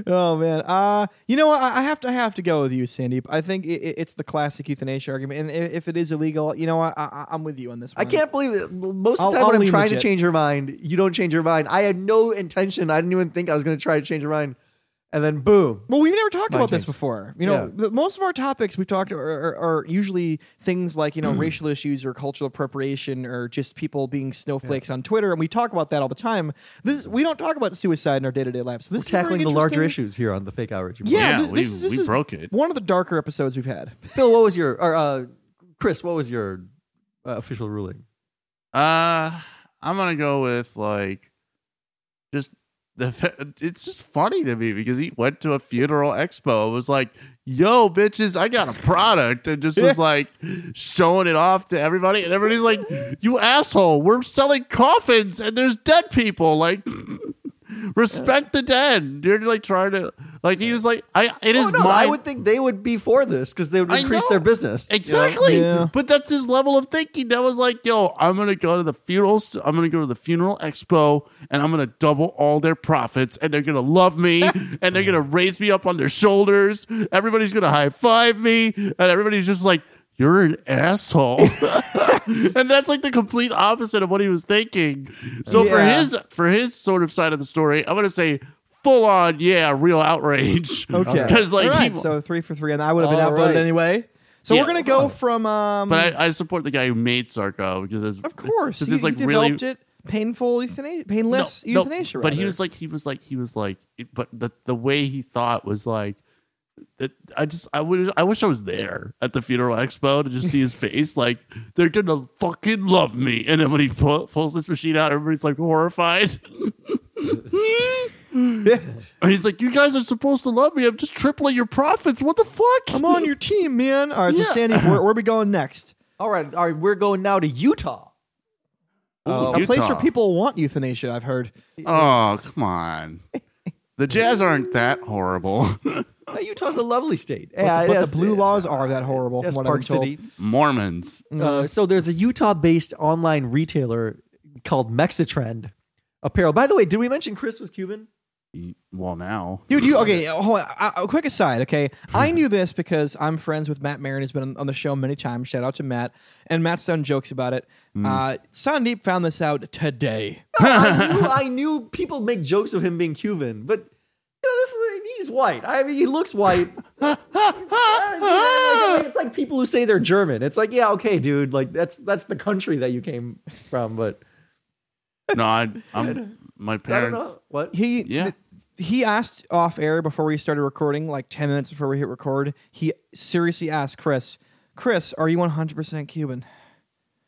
[SPEAKER 1] oh man. Uh, you know what? I, I have to I have to go with you, Sandeep. I think it, it's the classic euthanasia argument, and i- if it is illegal, you know what? I, I, I'm with you on this.
[SPEAKER 2] I
[SPEAKER 1] One.
[SPEAKER 2] can't believe it. Most
[SPEAKER 1] Mm. I'll-
[SPEAKER 2] of the time
[SPEAKER 1] I'll
[SPEAKER 2] when I'm
[SPEAKER 1] lean
[SPEAKER 2] trying
[SPEAKER 1] with
[SPEAKER 2] to
[SPEAKER 1] it.
[SPEAKER 2] change her mind, you don't change your mind. I had no intention. I didn't even think I was going to try to change her mind. and then boom.
[SPEAKER 1] Well, we've never talked
[SPEAKER 2] Mind
[SPEAKER 1] about this
[SPEAKER 2] change.
[SPEAKER 1] before. You know,
[SPEAKER 2] Yeah.
[SPEAKER 1] the, most of our topics we've talked are, are, are usually things like you know racial issues or cultural appropriation or just people being snowflakes on Twitter, and we talk about that all the time. This we don't talk about suicide in our day to day lives. So
[SPEAKER 2] We're
[SPEAKER 1] this is very
[SPEAKER 2] tackling the larger
[SPEAKER 1] interesting-
[SPEAKER 2] issues here on the fake outrage. report.
[SPEAKER 1] Yeah, thi-
[SPEAKER 3] Yeah,
[SPEAKER 1] this
[SPEAKER 3] we-
[SPEAKER 1] is, this
[SPEAKER 3] we
[SPEAKER 1] is
[SPEAKER 3] broke it.
[SPEAKER 1] One of the darker episodes we've had.
[SPEAKER 2] Phil, what was your or uh, Chris? What was your uh, official ruling?
[SPEAKER 3] Uh, I'm gonna go with like just the. fa- It's just funny to me because he went to a funeral expo. and Was like, "Yo, bitches, I got a product," and just was like showing it off to everybody, and everybody's like, "You asshole! We're selling coffins, and there's dead people. Like, respect the dead. You're like trying to like." He was like, "I. It is
[SPEAKER 2] Oh, no,
[SPEAKER 3] my."
[SPEAKER 2] I would think they would be for this because they would
[SPEAKER 3] I
[SPEAKER 2] increase
[SPEAKER 3] know.
[SPEAKER 2] their business.
[SPEAKER 3] Exactly.
[SPEAKER 1] Yeah.
[SPEAKER 3] But that's his level of thinking. That was like, yo, I'm gonna go to the funeral. I'm gonna go to the funeral expo, and I'm gonna double all their profits, and they're gonna love me, and they're gonna raise me up on their shoulders. Everybody's gonna high five me, and everybody's just like, you're an asshole. and that's like the complete opposite of what he was thinking. So for
[SPEAKER 1] Yeah.
[SPEAKER 3] his for his sort of side of the story, I'm gonna say. Full on, yeah, real outrage.
[SPEAKER 1] Okay,
[SPEAKER 3] because
[SPEAKER 1] All
[SPEAKER 3] like
[SPEAKER 1] right,
[SPEAKER 3] he,
[SPEAKER 1] so three for three, and I would have been
[SPEAKER 2] All
[SPEAKER 1] outvoted
[SPEAKER 2] right.
[SPEAKER 1] anyway. So
[SPEAKER 3] Yeah.
[SPEAKER 1] we're gonna go from um,
[SPEAKER 3] But I, I support the guy who made Sarko because it's,
[SPEAKER 1] of course,
[SPEAKER 3] this
[SPEAKER 1] he-
[SPEAKER 3] is like
[SPEAKER 1] he
[SPEAKER 3] really
[SPEAKER 1] developed it painful euthanasia, painless
[SPEAKER 3] No, no,
[SPEAKER 1] euthanasia.
[SPEAKER 3] but he
[SPEAKER 1] rather.
[SPEAKER 3] was like he was like he was like, it- but the the way he thought was like. That I just I would I wish I was there at the funeral expo to just see his face like they're gonna fucking love me and then when he pull, pulls this machine out everybody's like horrified and he's like you guys are supposed to love me I'm just tripling your profits what the fuck
[SPEAKER 1] I'm on your team, man. All right, so
[SPEAKER 3] Yeah.
[SPEAKER 1] Sandy, where, where are we going next?
[SPEAKER 2] all right, all right. We're going now to Utah.
[SPEAKER 3] Ooh,
[SPEAKER 1] a place where
[SPEAKER 3] Utah.
[SPEAKER 1] people want euthanasia. I've heard.
[SPEAKER 3] oh come on the Jazz aren't that horrible
[SPEAKER 2] Uh, Utah's a lovely state.
[SPEAKER 1] But
[SPEAKER 2] Yeah,
[SPEAKER 1] the, but
[SPEAKER 2] yes,
[SPEAKER 1] the blue
[SPEAKER 2] yeah.
[SPEAKER 1] laws are that horrible.
[SPEAKER 2] Yes,
[SPEAKER 1] from what
[SPEAKER 2] Park
[SPEAKER 1] I've been told.
[SPEAKER 2] City.
[SPEAKER 3] Mormons
[SPEAKER 1] Mm-hmm.
[SPEAKER 2] Uh, so there's a Utah-based online retailer called Mexitrend Apparel. By the way, did we mention Chris was Cuban?
[SPEAKER 3] Well, now.
[SPEAKER 1] Dude, you okay? Hold on. I, I- quick aside, okay. I knew this because I'm friends with Matt Marin. He's been on, on the show many times. Shout out to Matt. And Matt's done jokes about it.
[SPEAKER 3] Mm.
[SPEAKER 1] Uh, Sandeep found this out today.
[SPEAKER 2] I, knew, I knew people make jokes of him being Cuban, but you know, this is, he's white. I mean, he looks white. I mean, it's like people who say they're German. It's like, yeah, okay, dude, like that's that's the country that you came from, but
[SPEAKER 3] No, I, I'm my
[SPEAKER 2] I don't
[SPEAKER 3] parents.
[SPEAKER 2] know what.
[SPEAKER 1] He
[SPEAKER 3] Yeah.
[SPEAKER 1] He asked off air before we started recording, like ten minutes before we hit record. He seriously asked Chris, "Chris, are you 100 percent Cuban?"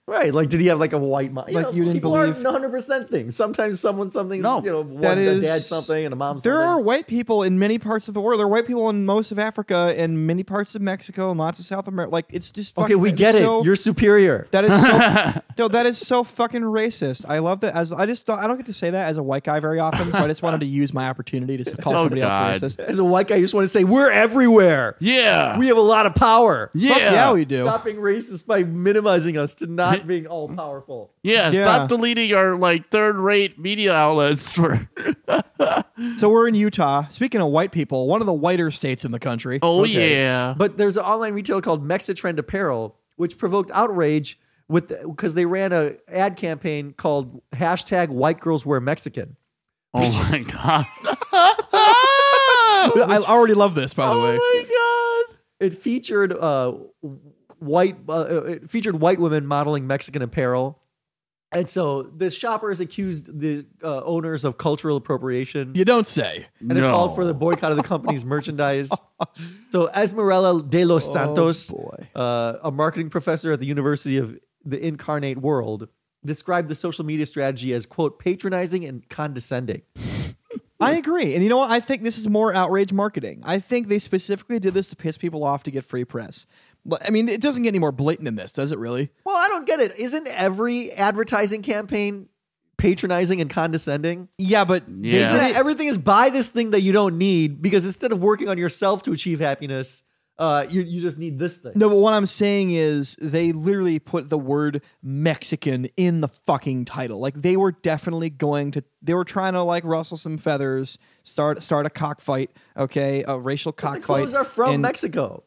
[SPEAKER 2] Right, like did he have like a white mom?
[SPEAKER 1] Like, you didn't
[SPEAKER 2] people
[SPEAKER 1] believe-
[SPEAKER 2] aren't 100 percent things. Sometimes someone something,
[SPEAKER 3] No,
[SPEAKER 2] you know,
[SPEAKER 1] that
[SPEAKER 2] one a dad
[SPEAKER 1] is-
[SPEAKER 2] something and a mom something.
[SPEAKER 1] There are white people in many parts of the world. There are white people in most of Africa and many parts of Mexico and lots of South America. Like it's just fucking,
[SPEAKER 2] Okay, we
[SPEAKER 1] that
[SPEAKER 2] get
[SPEAKER 1] is
[SPEAKER 2] it.
[SPEAKER 1] so-
[SPEAKER 2] You're superior.
[SPEAKER 1] that is so no, that is so fucking racist. I love that. As I just don't, I don't get to say that as a white guy very often, so I just wanted to use my opportunity to s- call
[SPEAKER 3] Oh,
[SPEAKER 1] somebody
[SPEAKER 3] God.
[SPEAKER 1] else racist.
[SPEAKER 2] As a white guy, you just want to say we're everywhere.
[SPEAKER 3] Yeah.
[SPEAKER 2] We have a lot of power.
[SPEAKER 3] yeah.
[SPEAKER 1] Fuck yeah, we do.
[SPEAKER 2] Stop being racist by minimizing us to not being all powerful.
[SPEAKER 3] yeah,
[SPEAKER 1] Yeah.
[SPEAKER 3] Stop deleting our like third rate media outlets for.
[SPEAKER 1] So we're in Utah. Speaking of white people, one of the whiter states in the country.
[SPEAKER 3] Oh
[SPEAKER 2] Okay.
[SPEAKER 3] yeah.
[SPEAKER 2] But there's an online retailer called Mexitrend Apparel, which provoked outrage with because they ran a ad campaign called hashtag White Girls Wear Mexican.
[SPEAKER 3] Oh my god. oh
[SPEAKER 1] I already love this, by the
[SPEAKER 2] Oh,
[SPEAKER 1] way.
[SPEAKER 3] my god.
[SPEAKER 2] It featured uh, white uh, it featured white women modeling Mexican apparel. And so the shoppers accused the uh, owners of cultural appropriation.
[SPEAKER 1] You don't say.
[SPEAKER 2] and
[SPEAKER 3] no.
[SPEAKER 2] it called for the boycott of the company's merchandise. So Esmeralda de
[SPEAKER 3] Oh,
[SPEAKER 2] los Santos,
[SPEAKER 1] boy.
[SPEAKER 2] uh, a marketing professor at the University of the Incarnate World, described the social media strategy as "quote patronizing and condescending."
[SPEAKER 1] I agree. And you know what? I think this is more outrage marketing. I think they specifically did this to piss people off to get free press. But I mean, it doesn't get any more blatant than this, does it really?
[SPEAKER 2] Well, I don't get it. Isn't every advertising campaign patronizing and condescending?
[SPEAKER 1] Yeah, but
[SPEAKER 3] Yeah.
[SPEAKER 2] Isn't it- everything is buy this thing that you don't need because instead of working on yourself to achieve happiness, uh, you you just need this thing.
[SPEAKER 1] No, but what I'm saying is they literally put the word Mexican in the fucking title. Like they were definitely going to they were trying to like rustle some feathers, start start a cockfight, okay? A racial
[SPEAKER 2] The
[SPEAKER 1] cockfight.
[SPEAKER 2] clothes are from
[SPEAKER 1] And-
[SPEAKER 2] Mexico.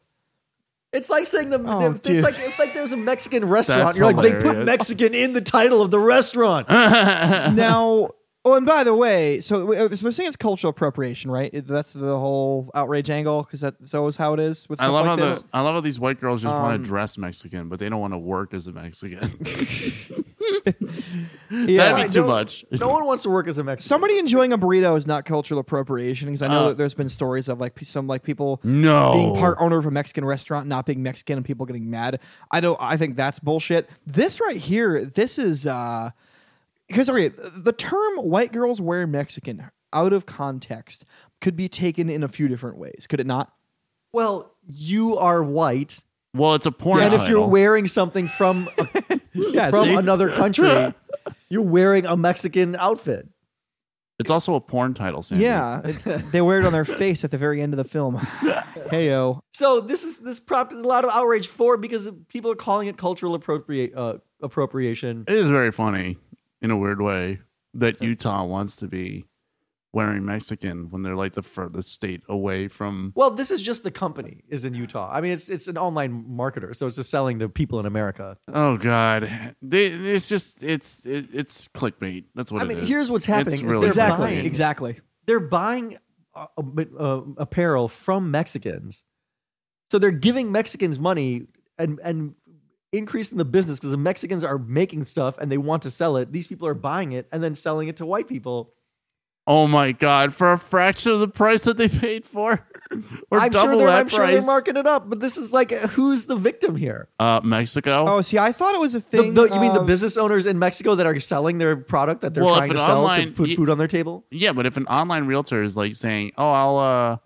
[SPEAKER 2] It's like saying the,
[SPEAKER 1] Oh,
[SPEAKER 2] the-
[SPEAKER 1] dude.
[SPEAKER 2] it's like it's like there's a Mexican restaurant.
[SPEAKER 3] That's
[SPEAKER 2] You're like they put
[SPEAKER 3] hilarious.
[SPEAKER 2] Mexican in the title of the restaurant.
[SPEAKER 1] now Oh, and by the way, so uh, so they're saying it's cultural appropriation, right? It- That's the whole outrage angle because that's always how it is with
[SPEAKER 3] I
[SPEAKER 1] stuff
[SPEAKER 3] love
[SPEAKER 1] like
[SPEAKER 3] how
[SPEAKER 1] this.
[SPEAKER 3] the I love how these white girls just
[SPEAKER 1] Um,
[SPEAKER 3] want to dress Mexican, but they don't want to work as a Mexican.
[SPEAKER 1] yeah.
[SPEAKER 3] That'd be too
[SPEAKER 2] No-
[SPEAKER 3] much.
[SPEAKER 2] No one wants to work as a Mexican.
[SPEAKER 1] Somebody enjoying a burrito is not cultural appropriation because I know
[SPEAKER 3] Uh,
[SPEAKER 1] that there's been stories of like pe- some like people
[SPEAKER 3] No.
[SPEAKER 1] being part owner of a Mexican restaurant not being Mexican and people getting mad. I don't. I think that's bullshit. This right here, this is uh, because okay, the term "white girls wear Mexican" out of context could be taken in a few different ways. Could it not?
[SPEAKER 2] Well, you are white,
[SPEAKER 3] Well, it's a porn
[SPEAKER 2] and if you're
[SPEAKER 3] title.
[SPEAKER 2] wearing something from a,
[SPEAKER 3] Hmm.
[SPEAKER 1] Yeah.
[SPEAKER 2] from
[SPEAKER 1] see?
[SPEAKER 2] another country, you're wearing a Mexican outfit.
[SPEAKER 3] it's also a porn title, Sandy.
[SPEAKER 1] yeah. it- they wear it on their face at the very end of the film. Heyo.
[SPEAKER 2] So this is this prompted a lot of outrage for because people are calling it cultural appropriate uh, appropriation.
[SPEAKER 3] It is very funny in a weird way that Utah wants to be wearing Mexican when they're like the furthest state away from.
[SPEAKER 2] Well, this is just the company is in Utah. I mean, it's it's an online marketer, so it's just selling to people in America.
[SPEAKER 3] Oh God, they, it's just it's it, it's clickbait. That's what
[SPEAKER 2] I
[SPEAKER 3] it
[SPEAKER 2] mean,
[SPEAKER 3] is.
[SPEAKER 2] here's what's happening is
[SPEAKER 3] It's really
[SPEAKER 2] they're
[SPEAKER 1] Exactly.
[SPEAKER 2] buying-
[SPEAKER 3] clickbait.
[SPEAKER 1] Exactly.
[SPEAKER 2] They're buying uh, uh, apparel from Mexicans, so they're giving Mexicans money and and increasing the business because the Mexicans are making stuff and they want to sell it. These people are buying it and then selling it to white people.
[SPEAKER 3] Oh my God, for a fraction of the price that they paid for,
[SPEAKER 2] I'm
[SPEAKER 3] or
[SPEAKER 2] sure
[SPEAKER 3] double
[SPEAKER 2] they're
[SPEAKER 3] that
[SPEAKER 2] I'm sure
[SPEAKER 3] price.
[SPEAKER 2] they're marking it up, but this is like who's the victim here?
[SPEAKER 3] uh, Mexico.
[SPEAKER 1] Oh, see, I thought it was a
[SPEAKER 2] The,
[SPEAKER 1] thing. um,
[SPEAKER 2] the, you mean the
[SPEAKER 1] of-
[SPEAKER 2] business owners in Mexico that are selling their product that they're
[SPEAKER 3] um, Well, if
[SPEAKER 2] trying to
[SPEAKER 3] an
[SPEAKER 2] sell
[SPEAKER 3] online-
[SPEAKER 2] to put
[SPEAKER 3] y-
[SPEAKER 2] food on their table?
[SPEAKER 3] Yeah, but if an online realtor is like saying, "Oh, I'll uh,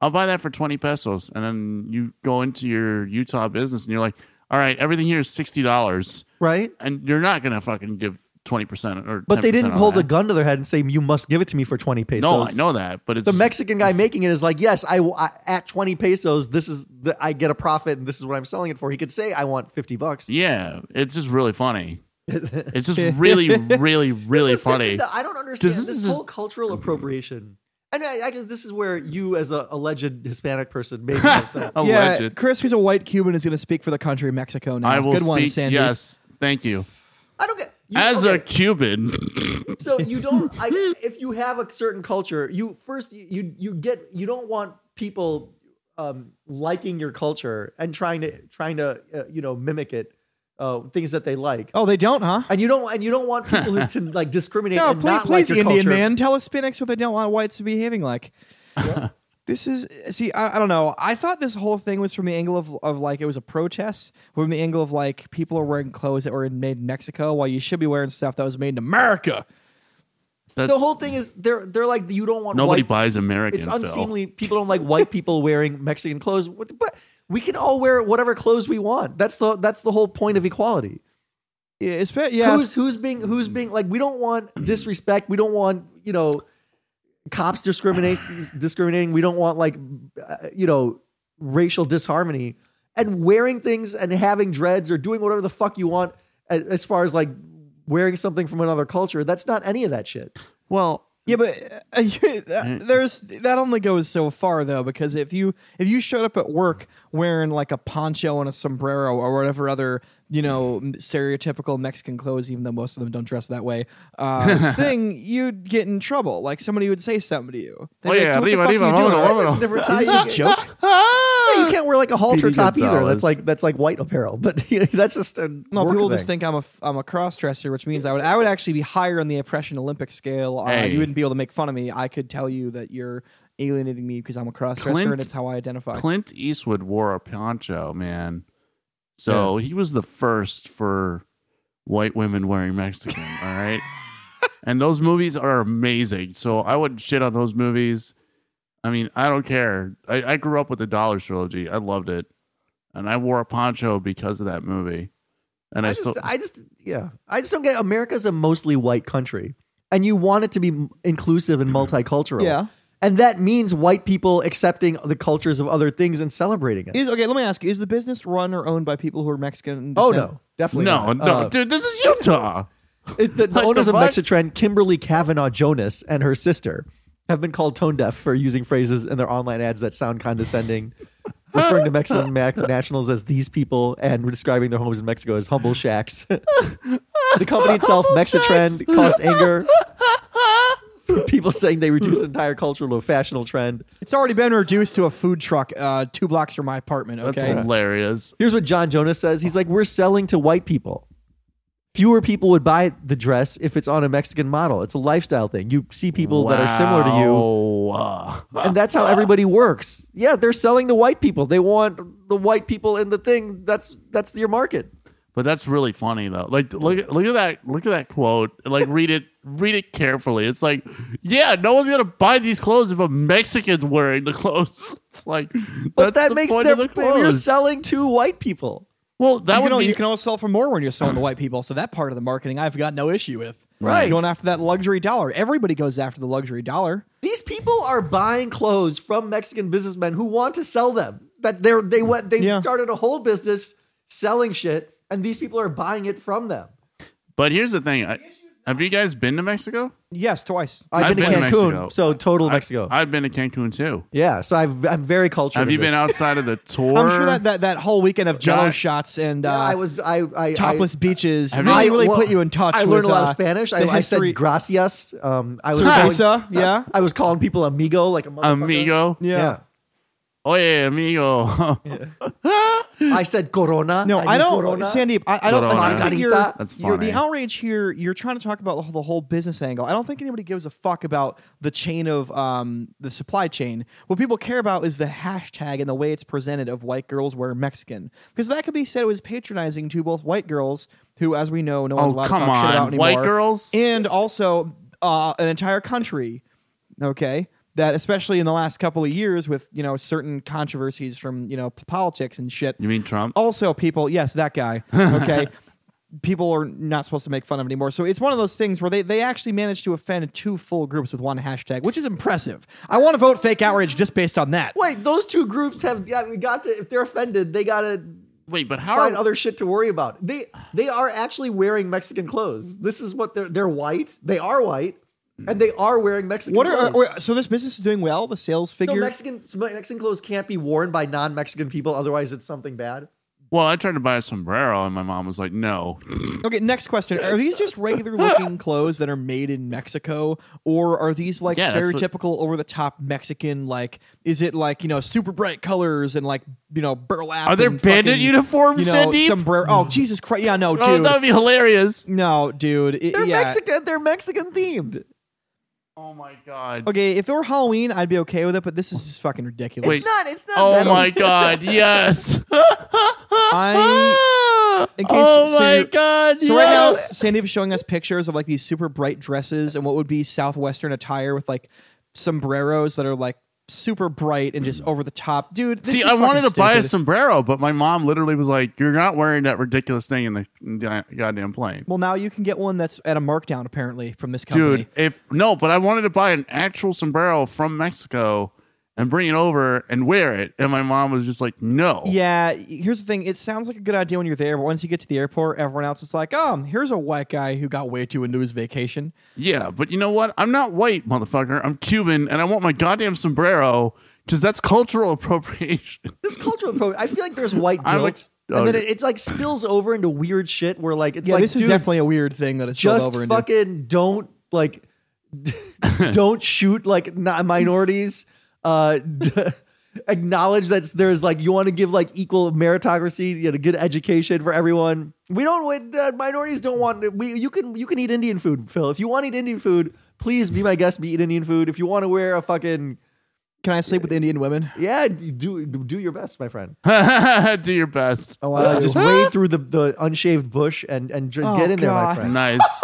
[SPEAKER 3] I'll buy that for twenty pesos," and then you go into your Utah business and you're like, "All right, everything here is sixty dollars,"
[SPEAKER 2] Right?
[SPEAKER 3] and you're not gonna fucking give twenty percent or.
[SPEAKER 2] But they
[SPEAKER 3] 10%
[SPEAKER 2] didn't
[SPEAKER 3] on
[SPEAKER 2] hold
[SPEAKER 3] that.
[SPEAKER 2] a gun to their head and say, "You must give it to me for twenty pesos."
[SPEAKER 3] No, I know that, but it's
[SPEAKER 2] The Mexican guy making it is like, "Yes, I, I at twenty pesos, this is the, I get a profit, and this is what I'm selling it for." He could say, "I want fifty bucks."
[SPEAKER 3] Yeah, it's just really funny. it's just really, really, really
[SPEAKER 2] This is- that's-
[SPEAKER 3] funny.
[SPEAKER 2] I don't understand
[SPEAKER 3] This
[SPEAKER 2] this,
[SPEAKER 3] is
[SPEAKER 2] whole
[SPEAKER 3] just-
[SPEAKER 2] cultural appropriation. And I, I guess this is where you, as a alleged Hispanic person, maybe upset.
[SPEAKER 1] Yeah,
[SPEAKER 3] Alleged.
[SPEAKER 1] Chris, who's a white Cuban, is going to speak for the country of Mexico now.
[SPEAKER 3] I will
[SPEAKER 1] Good
[SPEAKER 3] speak.
[SPEAKER 1] one, Sandy.
[SPEAKER 3] Yes, thank you.
[SPEAKER 2] I don't get you,
[SPEAKER 3] As a
[SPEAKER 2] okay.
[SPEAKER 3] Cuban,
[SPEAKER 2] so you don't I, if you have a certain culture you first you you, you get you don't want people um, liking your culture and trying to trying to uh, you know mimic it uh, things that they like
[SPEAKER 1] Oh, they don't, huh?
[SPEAKER 2] and you don't and you don't want people who to like discriminate
[SPEAKER 1] No,
[SPEAKER 2] and
[SPEAKER 1] please,
[SPEAKER 2] not
[SPEAKER 1] please
[SPEAKER 2] like your
[SPEAKER 1] Indian
[SPEAKER 2] culture.
[SPEAKER 1] man, tell Hispanics what they don't want whites to be behaving like. this is see, I, I don't know. I thought this whole thing was from the angle of, of like it was a protest, from the angle of like people are wearing clothes that were made in Mexico, while you should be wearing stuff that was made in America.
[SPEAKER 3] that's,
[SPEAKER 2] the whole thing is they're they're like you don't want
[SPEAKER 3] nobody
[SPEAKER 2] white,
[SPEAKER 3] buys American.
[SPEAKER 2] it's
[SPEAKER 3] Phil.
[SPEAKER 2] unseemly people don't like white people wearing mexican clothes What- but we can all wear whatever clothes we want that's the that's the whole point of equality
[SPEAKER 1] Yeah, it's fair- yeah,
[SPEAKER 2] who's who's being who's being like we don't want disrespect we don't want you know cops discrimination discriminating we don't want like uh, you know racial disharmony and wearing things and having dreads or doing whatever the fuck you want a- as far as like wearing something from another culture that's not any of that shit
[SPEAKER 3] Well,
[SPEAKER 1] yeah, but uh, you- uh,
[SPEAKER 3] Mm.
[SPEAKER 1] there's that only goes so far though, because if you if you showed up at work wearing like a poncho and a sombrero or whatever other you know m- stereotypical Mexican clothes, even though most of them don't dress that way, uh, thing you'd get in trouble. Like somebody would say something to you. They'd be
[SPEAKER 3] Oye,
[SPEAKER 1] like, "What the
[SPEAKER 3] Oh, arriba,
[SPEAKER 1] fuck
[SPEAKER 3] arriba,
[SPEAKER 1] you doing?"
[SPEAKER 3] vámonos,
[SPEAKER 1] I'm like,
[SPEAKER 2] it's
[SPEAKER 3] vámonos.
[SPEAKER 2] a different
[SPEAKER 1] "That's
[SPEAKER 2] time
[SPEAKER 1] a joke.
[SPEAKER 2] Yeah, you can't wear like a halter
[SPEAKER 3] Speedy
[SPEAKER 2] top either
[SPEAKER 3] Gonzales.
[SPEAKER 2] that's like that's like white apparel but you know, that's just a
[SPEAKER 1] No,
[SPEAKER 2] work
[SPEAKER 1] people
[SPEAKER 2] thing.
[SPEAKER 1] just think I'm a f- I'm a crossdresser, which means I would I would actually be higher on the oppression Olympic scale. Uh,
[SPEAKER 3] Hey.
[SPEAKER 1] You wouldn't be able to make fun of me. I could tell you that you're alienating me because I'm a crossdresser
[SPEAKER 3] Clint-
[SPEAKER 1] and it's how I identify.
[SPEAKER 3] Clint Eastwood wore a poncho, man. So he was the first for white women wearing Mexican, all right? And those movies are amazing. So I would shit on those movies. I mean, I don't care. I, I grew up with the Dollars trilogy. I loved it. And I wore a poncho because of that movie. And I,
[SPEAKER 2] I
[SPEAKER 3] still
[SPEAKER 2] just, I just, yeah, I just don't get. America's a mostly white country, and you want it to be m- inclusive and multicultural.
[SPEAKER 1] Yeah.
[SPEAKER 2] and that means white people accepting the cultures of other things and celebrating it.
[SPEAKER 1] Is okay. Let me ask you: Is the business run or owned by people who are Mexican?
[SPEAKER 2] oh
[SPEAKER 1] descent?
[SPEAKER 2] no, definitely
[SPEAKER 3] No,
[SPEAKER 2] not.
[SPEAKER 3] no,
[SPEAKER 2] Uh,
[SPEAKER 3] dude, this is Utah.
[SPEAKER 2] it- the, the
[SPEAKER 3] What the
[SPEAKER 2] owners of
[SPEAKER 3] fuck?
[SPEAKER 2] Mexitrend, Kimberly Kavanaugh Jonas, and her sister have been called tone deaf for using phrases in their online ads that sound condescending. Referring to Mexican ma- nationals as these people and describing their homes in Mexico as humble shacks. the company itself,
[SPEAKER 3] Humble shacks.
[SPEAKER 2] Mexitrend, caused anger people saying they reduced an entire culture to a fashionable trend.
[SPEAKER 1] It's already been reduced to a food truck uh, two blocks from my apartment.
[SPEAKER 3] That's
[SPEAKER 1] Okay.
[SPEAKER 3] hilarious.
[SPEAKER 2] Here's what John Jonas says. He's like, we're selling to white people. Fewer people would buy the dress if it's on a Mexican model. It's a lifestyle thing. You see people that are similar to you. uh,
[SPEAKER 3] you.
[SPEAKER 2] and that's how everybody works. Yeah, they're selling to white people. They want the white people in the thing. That's that's your market.
[SPEAKER 3] But that's really funny though. Like look look at that look at that quote. Like read it read it carefully. It's like, yeah, no one's gonna buy these clothes if a Mexican's wearing the clothes. It's like
[SPEAKER 2] But
[SPEAKER 3] that's
[SPEAKER 2] that
[SPEAKER 3] the
[SPEAKER 2] makes
[SPEAKER 3] point
[SPEAKER 2] their,
[SPEAKER 3] of the
[SPEAKER 2] you're
[SPEAKER 3] clothes.
[SPEAKER 2] selling to white people.
[SPEAKER 3] well that
[SPEAKER 1] you,
[SPEAKER 3] would
[SPEAKER 1] can, al-
[SPEAKER 3] be
[SPEAKER 1] you can always sell for more when you're selling to white people. So that part of the marketing, I've got no issue with.
[SPEAKER 2] Right.
[SPEAKER 1] Going after that luxury dollar. Everybody goes after the luxury dollar.
[SPEAKER 2] These people are buying clothes from Mexican businessmen who want to sell them. That they're they went they
[SPEAKER 1] Yeah.
[SPEAKER 2] started a whole business selling shit, and these people are buying it from them.
[SPEAKER 3] But here's the thing. I, have you guys been to Mexico?
[SPEAKER 1] Yes, twice.
[SPEAKER 2] I've,
[SPEAKER 3] I've
[SPEAKER 2] been,
[SPEAKER 3] been
[SPEAKER 2] to
[SPEAKER 3] to
[SPEAKER 2] Cancun,
[SPEAKER 3] Mexico.
[SPEAKER 2] so total Mexico.
[SPEAKER 3] I've been to Cancun too.
[SPEAKER 2] yeah, so I've, I'm very cultured.
[SPEAKER 3] Have
[SPEAKER 2] in
[SPEAKER 3] you been
[SPEAKER 2] this.
[SPEAKER 3] outside of the tour?
[SPEAKER 1] I'm sure that, that, that whole weekend of jello
[SPEAKER 3] Yeah.
[SPEAKER 1] shots and uh,
[SPEAKER 2] Yeah, I was I I
[SPEAKER 1] topless
[SPEAKER 2] I,
[SPEAKER 1] beaches
[SPEAKER 3] Have
[SPEAKER 1] really,
[SPEAKER 3] you-
[SPEAKER 1] really
[SPEAKER 2] well,
[SPEAKER 1] put you in touch
[SPEAKER 2] I
[SPEAKER 1] with
[SPEAKER 2] learned a lot of
[SPEAKER 1] uh,
[SPEAKER 2] Spanish. I,
[SPEAKER 1] the
[SPEAKER 2] I
[SPEAKER 1] history-
[SPEAKER 2] said gracias. Um, I was
[SPEAKER 1] Cerveza,
[SPEAKER 2] calling-
[SPEAKER 1] yeah.
[SPEAKER 2] I was calling people amigo, like a motherfucker.
[SPEAKER 3] Amigo.
[SPEAKER 1] Yeah.
[SPEAKER 2] Yeah.
[SPEAKER 3] Oye, amigo.
[SPEAKER 2] I said corona.
[SPEAKER 1] No, I,
[SPEAKER 2] knew
[SPEAKER 1] don't,
[SPEAKER 2] Corona.
[SPEAKER 1] Sandeep. I, I don't. I
[SPEAKER 3] Corona.
[SPEAKER 1] don't think you're,
[SPEAKER 2] Margarita.
[SPEAKER 3] That's
[SPEAKER 1] you're- the
[SPEAKER 3] funny.
[SPEAKER 1] outrage here. You're trying to talk about the whole, the whole business angle. I don't think anybody gives a fuck about the chain of um, the supply chain. What people care about is the hashtag and the way it's presented of white girls wear Mexican, because that could be said it was patronizing to both white girls, who, as we know, no one's
[SPEAKER 3] Oh,
[SPEAKER 1] allowed
[SPEAKER 3] come
[SPEAKER 1] to talk shit about
[SPEAKER 3] on.
[SPEAKER 1] anymore,
[SPEAKER 3] White girls?
[SPEAKER 1] and also uh, an entire country. Okay. That especially in the last couple of years, with you know certain controversies from you know p- politics and shit,
[SPEAKER 3] You mean Trump?
[SPEAKER 1] Um, also people yes that guy okay people are not supposed to make fun of anymore so it's one of those things where they, they actually managed to offend two full groups with one hashtag which is impressive i want to vote fake outrage just based on that
[SPEAKER 2] Wait, those two groups have yeah, we got to. If they're offended, they gotta
[SPEAKER 3] Wait, but how
[SPEAKER 2] find
[SPEAKER 3] are
[SPEAKER 2] other shit to worry about. They they are actually wearing Mexican clothes. This is what they're they're white. They are white, and they are wearing Mexican.
[SPEAKER 1] what
[SPEAKER 2] clothes.
[SPEAKER 1] are, are- so this business is doing well the sales
[SPEAKER 2] no,
[SPEAKER 1] figure
[SPEAKER 2] Mexican Mexican clothes can't be worn by non-Mexican people, otherwise it's something bad.
[SPEAKER 3] Well, I tried to buy a sombrero and my mom was like, "No."
[SPEAKER 1] okay next question are these just regular looking clothes that are made in mexico or are these like
[SPEAKER 3] Yeah, that's what-
[SPEAKER 1] stereotypical over the top mexican like is it like you know super bright colors and like you know burlap
[SPEAKER 3] Are there
[SPEAKER 1] and
[SPEAKER 3] bandit
[SPEAKER 1] fucking,
[SPEAKER 3] uniforms,
[SPEAKER 1] you know,
[SPEAKER 3] Sandeep?
[SPEAKER 1] sombrero oh jesus christ yeah no dude
[SPEAKER 3] Oh, that would be hilarious.
[SPEAKER 1] No, dude. It,
[SPEAKER 2] They're
[SPEAKER 1] yeah.
[SPEAKER 2] Mexican. They're Mexican themed.
[SPEAKER 3] Oh my god.
[SPEAKER 1] Okay, if it were Halloween, I'd be okay with it, but this is just fucking ridiculous.
[SPEAKER 3] Wait.
[SPEAKER 2] It's not. It's not.
[SPEAKER 3] Oh
[SPEAKER 2] metal.
[SPEAKER 3] my god. Yes.
[SPEAKER 1] I, In case-
[SPEAKER 3] oh
[SPEAKER 1] so
[SPEAKER 3] my
[SPEAKER 1] you're-
[SPEAKER 3] god.
[SPEAKER 1] so right now,
[SPEAKER 3] yes.
[SPEAKER 1] Sandeep is showing us pictures of like these super bright dresses and what would be southwestern attire with like sombreros that are like super bright and just over the top, dude. This
[SPEAKER 3] Mm. See,
[SPEAKER 1] is
[SPEAKER 3] I wanted to
[SPEAKER 1] fucking
[SPEAKER 3] buy a
[SPEAKER 1] stupid.
[SPEAKER 3] sombrero, but my mom literally was like, "You're not wearing that ridiculous thing in the di- goddamn plane."
[SPEAKER 1] Well, now you can get one that's at a markdown apparently from this company.
[SPEAKER 3] Dude, if no, but I wanted to buy an actual sombrero from Mexico and bring it over and wear it, and my mom was just like, "No."
[SPEAKER 1] Yeah, here's the thing. It sounds like a good idea when you're there, but once you get to the airport, everyone else is like, "Oh, here's a white guy who got way too into his vacation."
[SPEAKER 3] Yeah, but you know what? I'm not white, motherfucker. I'm Cuban, and I want my goddamn sombrero because that's cultural appropriation.
[SPEAKER 2] This cultural approach. I feel like there's white
[SPEAKER 3] I
[SPEAKER 2] guilt,
[SPEAKER 3] like-
[SPEAKER 2] and then
[SPEAKER 3] oh,
[SPEAKER 2] it, it's like spills over into weird shit. Where like it's
[SPEAKER 1] Yeah,
[SPEAKER 2] like
[SPEAKER 1] this is
[SPEAKER 2] dude,
[SPEAKER 1] definitely a weird thing that it's spilled
[SPEAKER 2] just
[SPEAKER 1] over into.
[SPEAKER 2] fucking don't like don't shoot like not minorities. Uh, d- acknowledge that there's like you want to give like equal meritocracy, you know, good education for everyone. We don't want- uh, minorities don't want we you can you can eat Indian food, Phil. If you want to eat Indian food, please be my guest. Be eat Indian food. If you want to wear a fucking
[SPEAKER 1] Can I sleep with Indian women?
[SPEAKER 2] yeah, do do your best, my friend.
[SPEAKER 3] Do your best.
[SPEAKER 1] Oh,
[SPEAKER 2] Uh, just wade through the, the unshaved bush and and just
[SPEAKER 1] Oh,
[SPEAKER 2] get in there, my
[SPEAKER 1] God.
[SPEAKER 2] friend.
[SPEAKER 3] Nice.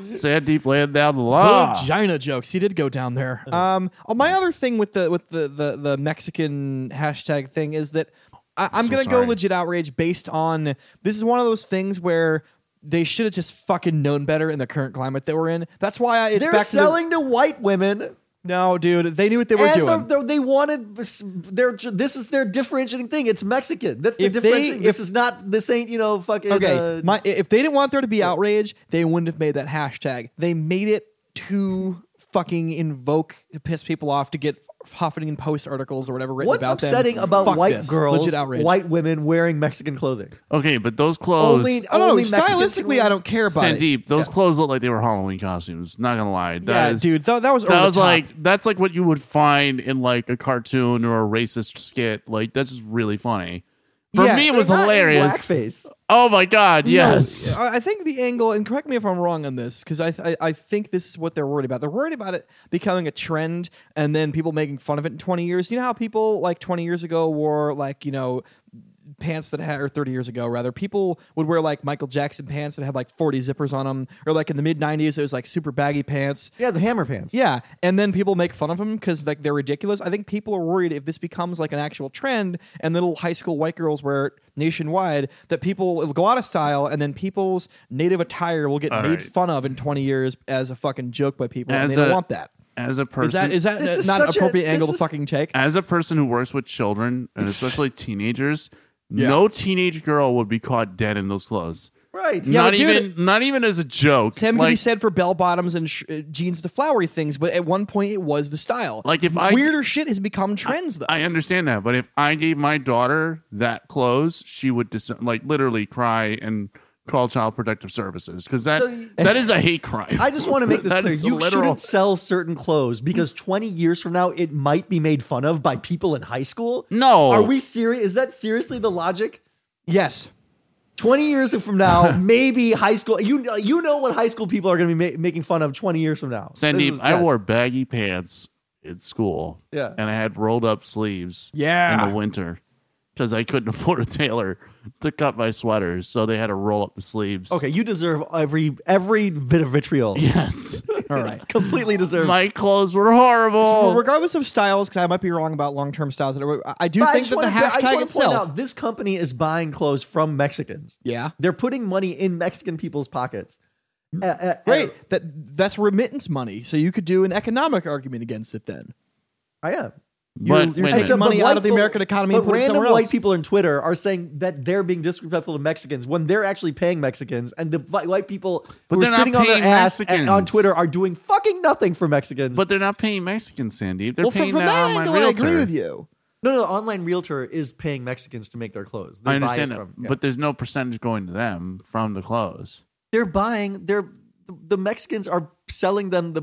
[SPEAKER 3] Sandeep laying down the law.
[SPEAKER 2] Ah.
[SPEAKER 1] vagina Oh, jokes. He did go down
[SPEAKER 2] Uh,
[SPEAKER 1] there. Um, oh, my other thing with the with the the, the Mexican hashtag thing is that I, I'm
[SPEAKER 3] So
[SPEAKER 1] gonna
[SPEAKER 3] sorry.
[SPEAKER 1] go legit outrage based on this is one of those things where they should have just fucking known better in the current climate that we're in. That's why I, it's
[SPEAKER 2] They're
[SPEAKER 1] back
[SPEAKER 2] selling to white women,
[SPEAKER 1] To the, no, dude, they knew what they were
[SPEAKER 2] and
[SPEAKER 1] doing.
[SPEAKER 2] the- the- they wanted their. This is their differentiating thing. It's Mexican. That's the
[SPEAKER 1] If they-
[SPEAKER 2] differentiating. This
[SPEAKER 1] if-
[SPEAKER 2] is not. This ain't you know fucking.
[SPEAKER 1] Okay,
[SPEAKER 2] uh, Oh.
[SPEAKER 1] my if they didn't want there to be outrage, they wouldn't have made that hashtag. They made it too fucking invoke piss people off to get Huffington Post articles or whatever written
[SPEAKER 2] What's
[SPEAKER 1] about them.
[SPEAKER 2] upsetting about
[SPEAKER 1] Fuck
[SPEAKER 2] white
[SPEAKER 1] this.
[SPEAKER 2] girls,
[SPEAKER 1] Legit outrage.
[SPEAKER 2] white women wearing Mexican clothing?
[SPEAKER 3] Okay, but those clothes,
[SPEAKER 2] Only-
[SPEAKER 1] I don't know.
[SPEAKER 2] only Mexican
[SPEAKER 1] Stylistically, I don't care about it.
[SPEAKER 3] Sandeep, those clothes look like they were Halloween costumes. Not gonna lie, that
[SPEAKER 1] Yeah,
[SPEAKER 3] is-
[SPEAKER 1] dude, that, that was over
[SPEAKER 3] That
[SPEAKER 1] the
[SPEAKER 3] was
[SPEAKER 1] top.
[SPEAKER 3] like that's like what you would find in like a cartoon or a racist skit. Like that's just really funny. For
[SPEAKER 1] Yeah.
[SPEAKER 3] me, it was
[SPEAKER 2] Not in
[SPEAKER 3] hilarious.
[SPEAKER 2] Blackface.
[SPEAKER 3] Oh my god, yes.
[SPEAKER 1] I I think the angle, and correct me if I'm wrong on this, because I, th- I I think this is what they're worried about. They're worried about it becoming a trend, and then people making fun of it in 20 years. You know how people like 20 years ago wore like you know pants that had, or 30 years ago rather, people would wear like Michael Jackson pants that had like 40 zippers on them, or like in the mid 90s it was like super baggy pants.
[SPEAKER 2] Yeah, the hammer pants.
[SPEAKER 1] Yeah, and then people make fun of them because like they're ridiculous. I think people are worried if this becomes like an actual trend and little high school white girls wear it nationwide that people it'll go out of style and then people's native attire will get
[SPEAKER 3] All
[SPEAKER 1] made
[SPEAKER 3] right.
[SPEAKER 1] fun of in twenty years as a fucking joke by people, and
[SPEAKER 3] As
[SPEAKER 1] they don't
[SPEAKER 3] a
[SPEAKER 1] want that.
[SPEAKER 3] As a person,
[SPEAKER 1] Is that is that
[SPEAKER 2] This
[SPEAKER 1] uh,
[SPEAKER 2] is
[SPEAKER 1] not an
[SPEAKER 2] such a-
[SPEAKER 1] appropriate
[SPEAKER 2] this
[SPEAKER 1] angle to
[SPEAKER 2] is-
[SPEAKER 1] fucking take?
[SPEAKER 3] as a person who works with children and especially teenagers, no teenage girl would be caught dead in those clothes.
[SPEAKER 2] Right.
[SPEAKER 1] Yeah,
[SPEAKER 3] not
[SPEAKER 1] but dude-
[SPEAKER 3] even not even as a joke.
[SPEAKER 1] Same can be
[SPEAKER 3] Like,
[SPEAKER 1] said for bell bottoms and sh- uh, jeans, with the flowery things, but at one point it was the style.
[SPEAKER 3] Like, if I-
[SPEAKER 1] weirder shit has become trends though.
[SPEAKER 3] I understand that, but if I gave my daughter that clothes, she would dis- like literally cry and call child protective services because that
[SPEAKER 2] So you-
[SPEAKER 3] that is a hate crime.
[SPEAKER 2] I just want to make this
[SPEAKER 3] That
[SPEAKER 2] clear.
[SPEAKER 3] is
[SPEAKER 2] You
[SPEAKER 3] literal-
[SPEAKER 2] shouldn't sell certain clothes because 20 years from now, it might be made fun of by people in high school.
[SPEAKER 3] No.
[SPEAKER 2] Are we serious? Is that seriously the logic?
[SPEAKER 1] yes.
[SPEAKER 2] 20 years from now, maybe high school. You, you know what high school people are going to be ma- making fun of 20 years from now. This
[SPEAKER 3] Sandeep,
[SPEAKER 2] is
[SPEAKER 3] I
[SPEAKER 2] best.
[SPEAKER 3] wore baggy pants in school.
[SPEAKER 2] Yeah.
[SPEAKER 3] And I had rolled up sleeves
[SPEAKER 1] Yeah.
[SPEAKER 3] in the winter because I couldn't afford a tailor to cut my sweaters. So they had to roll up the sleeves.
[SPEAKER 2] Okay, you deserve every every bit of vitriol.
[SPEAKER 3] Yes.
[SPEAKER 1] All right.
[SPEAKER 2] Completely deserve.
[SPEAKER 3] my clothes were
[SPEAKER 2] Oh.
[SPEAKER 1] Well,
[SPEAKER 3] horrible.
[SPEAKER 1] regardless of styles, because I might be wrong about long-term styles. I- I do
[SPEAKER 2] But I
[SPEAKER 1] think
[SPEAKER 2] just
[SPEAKER 1] that the
[SPEAKER 2] wanna- I just
[SPEAKER 1] hashtag
[SPEAKER 2] wanna point
[SPEAKER 1] itself.
[SPEAKER 2] out this company is buying clothes from Mexicans.
[SPEAKER 1] Yeah.
[SPEAKER 2] They're putting money in Mexican people's pockets. Uh, uh,
[SPEAKER 1] Right. That that's remittance money. So you could do an economic argument against it then.
[SPEAKER 2] I am.
[SPEAKER 3] But
[SPEAKER 1] you're
[SPEAKER 3] wait a
[SPEAKER 1] taking
[SPEAKER 3] minute.
[SPEAKER 1] some- money
[SPEAKER 2] but
[SPEAKER 1] out
[SPEAKER 2] white
[SPEAKER 1] of the
[SPEAKER 2] people-
[SPEAKER 1] American economy
[SPEAKER 2] But
[SPEAKER 1] and put it
[SPEAKER 2] random
[SPEAKER 1] somewhere
[SPEAKER 2] white
[SPEAKER 1] else.
[SPEAKER 2] people on Twitter are saying that they're being disrespectful to Mexicans when they're actually paying Mexicans, and the vi- white people who are
[SPEAKER 3] they're not
[SPEAKER 2] sitting on their
[SPEAKER 3] paying
[SPEAKER 2] ass and on
[SPEAKER 3] Mexicans.
[SPEAKER 2] Twitter are doing fucking nothing for Mexicans.
[SPEAKER 3] but they're not paying Mexicans, Sandeep. They're
[SPEAKER 1] well, from,
[SPEAKER 3] paying
[SPEAKER 1] from
[SPEAKER 3] that
[SPEAKER 1] that
[SPEAKER 3] online
[SPEAKER 1] angle, I
[SPEAKER 3] realtor.
[SPEAKER 1] agree with you.
[SPEAKER 2] no, no, the online realtor is paying Mexicans to make their clothes. They
[SPEAKER 3] I
[SPEAKER 2] buy
[SPEAKER 3] understand
[SPEAKER 2] it
[SPEAKER 3] that,
[SPEAKER 2] from- yeah.
[SPEAKER 3] but there's no percentage going to them from the clothes.
[SPEAKER 2] they're buying. They're the Mexicans are selling them the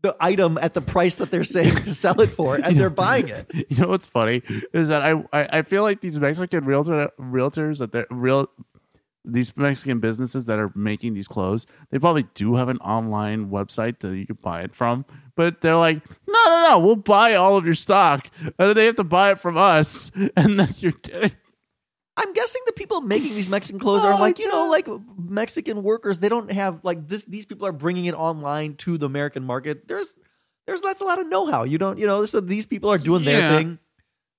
[SPEAKER 2] the item at the price that they're saying to sell it for, and they're buying it.
[SPEAKER 3] You know what's funny is that I, I, I feel like these Mexican realtor realtors that they're real these Mexican businesses that are making these clothes, they probably do have an online website that you can buy it from. But they're like, no, no, no, we'll buy all of your stock, and then they have to buy it from us, and then you're getting.
[SPEAKER 2] I'm guessing the people making these Mexican clothes
[SPEAKER 3] Oh,
[SPEAKER 2] are like, you
[SPEAKER 3] God.
[SPEAKER 2] know, like Mexican workers. They don't have like this. These people are bringing it online to the American market. There's, there's that's a lot of know-how. You don't, you know, so these people are doing
[SPEAKER 3] Yeah.
[SPEAKER 2] their thing.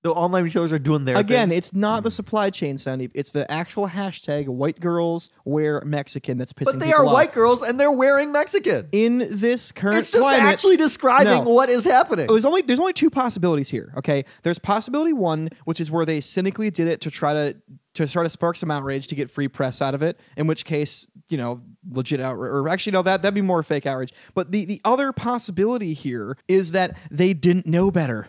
[SPEAKER 2] The online retailers are doing their
[SPEAKER 1] Again,
[SPEAKER 2] thing.
[SPEAKER 1] it's not the supply chain, Sandeep. It's the actual hashtag white girls wear Mexican that's pissing
[SPEAKER 2] but they
[SPEAKER 1] people
[SPEAKER 2] are
[SPEAKER 1] off.
[SPEAKER 2] white girls and they're wearing Mexican.
[SPEAKER 1] in this current
[SPEAKER 2] It's just
[SPEAKER 1] climate.
[SPEAKER 2] actually describing
[SPEAKER 1] No.
[SPEAKER 2] what is happening.
[SPEAKER 1] Oh, there's only there's only two possibilities here. Okay, there's possibility one, which is where they cynically did it to try to to try to spark some outrage to get free press out of it. In which case, you know, legit outrage, or actually no, that that'd be more fake outrage. But the the other possibility here is that they didn't know better,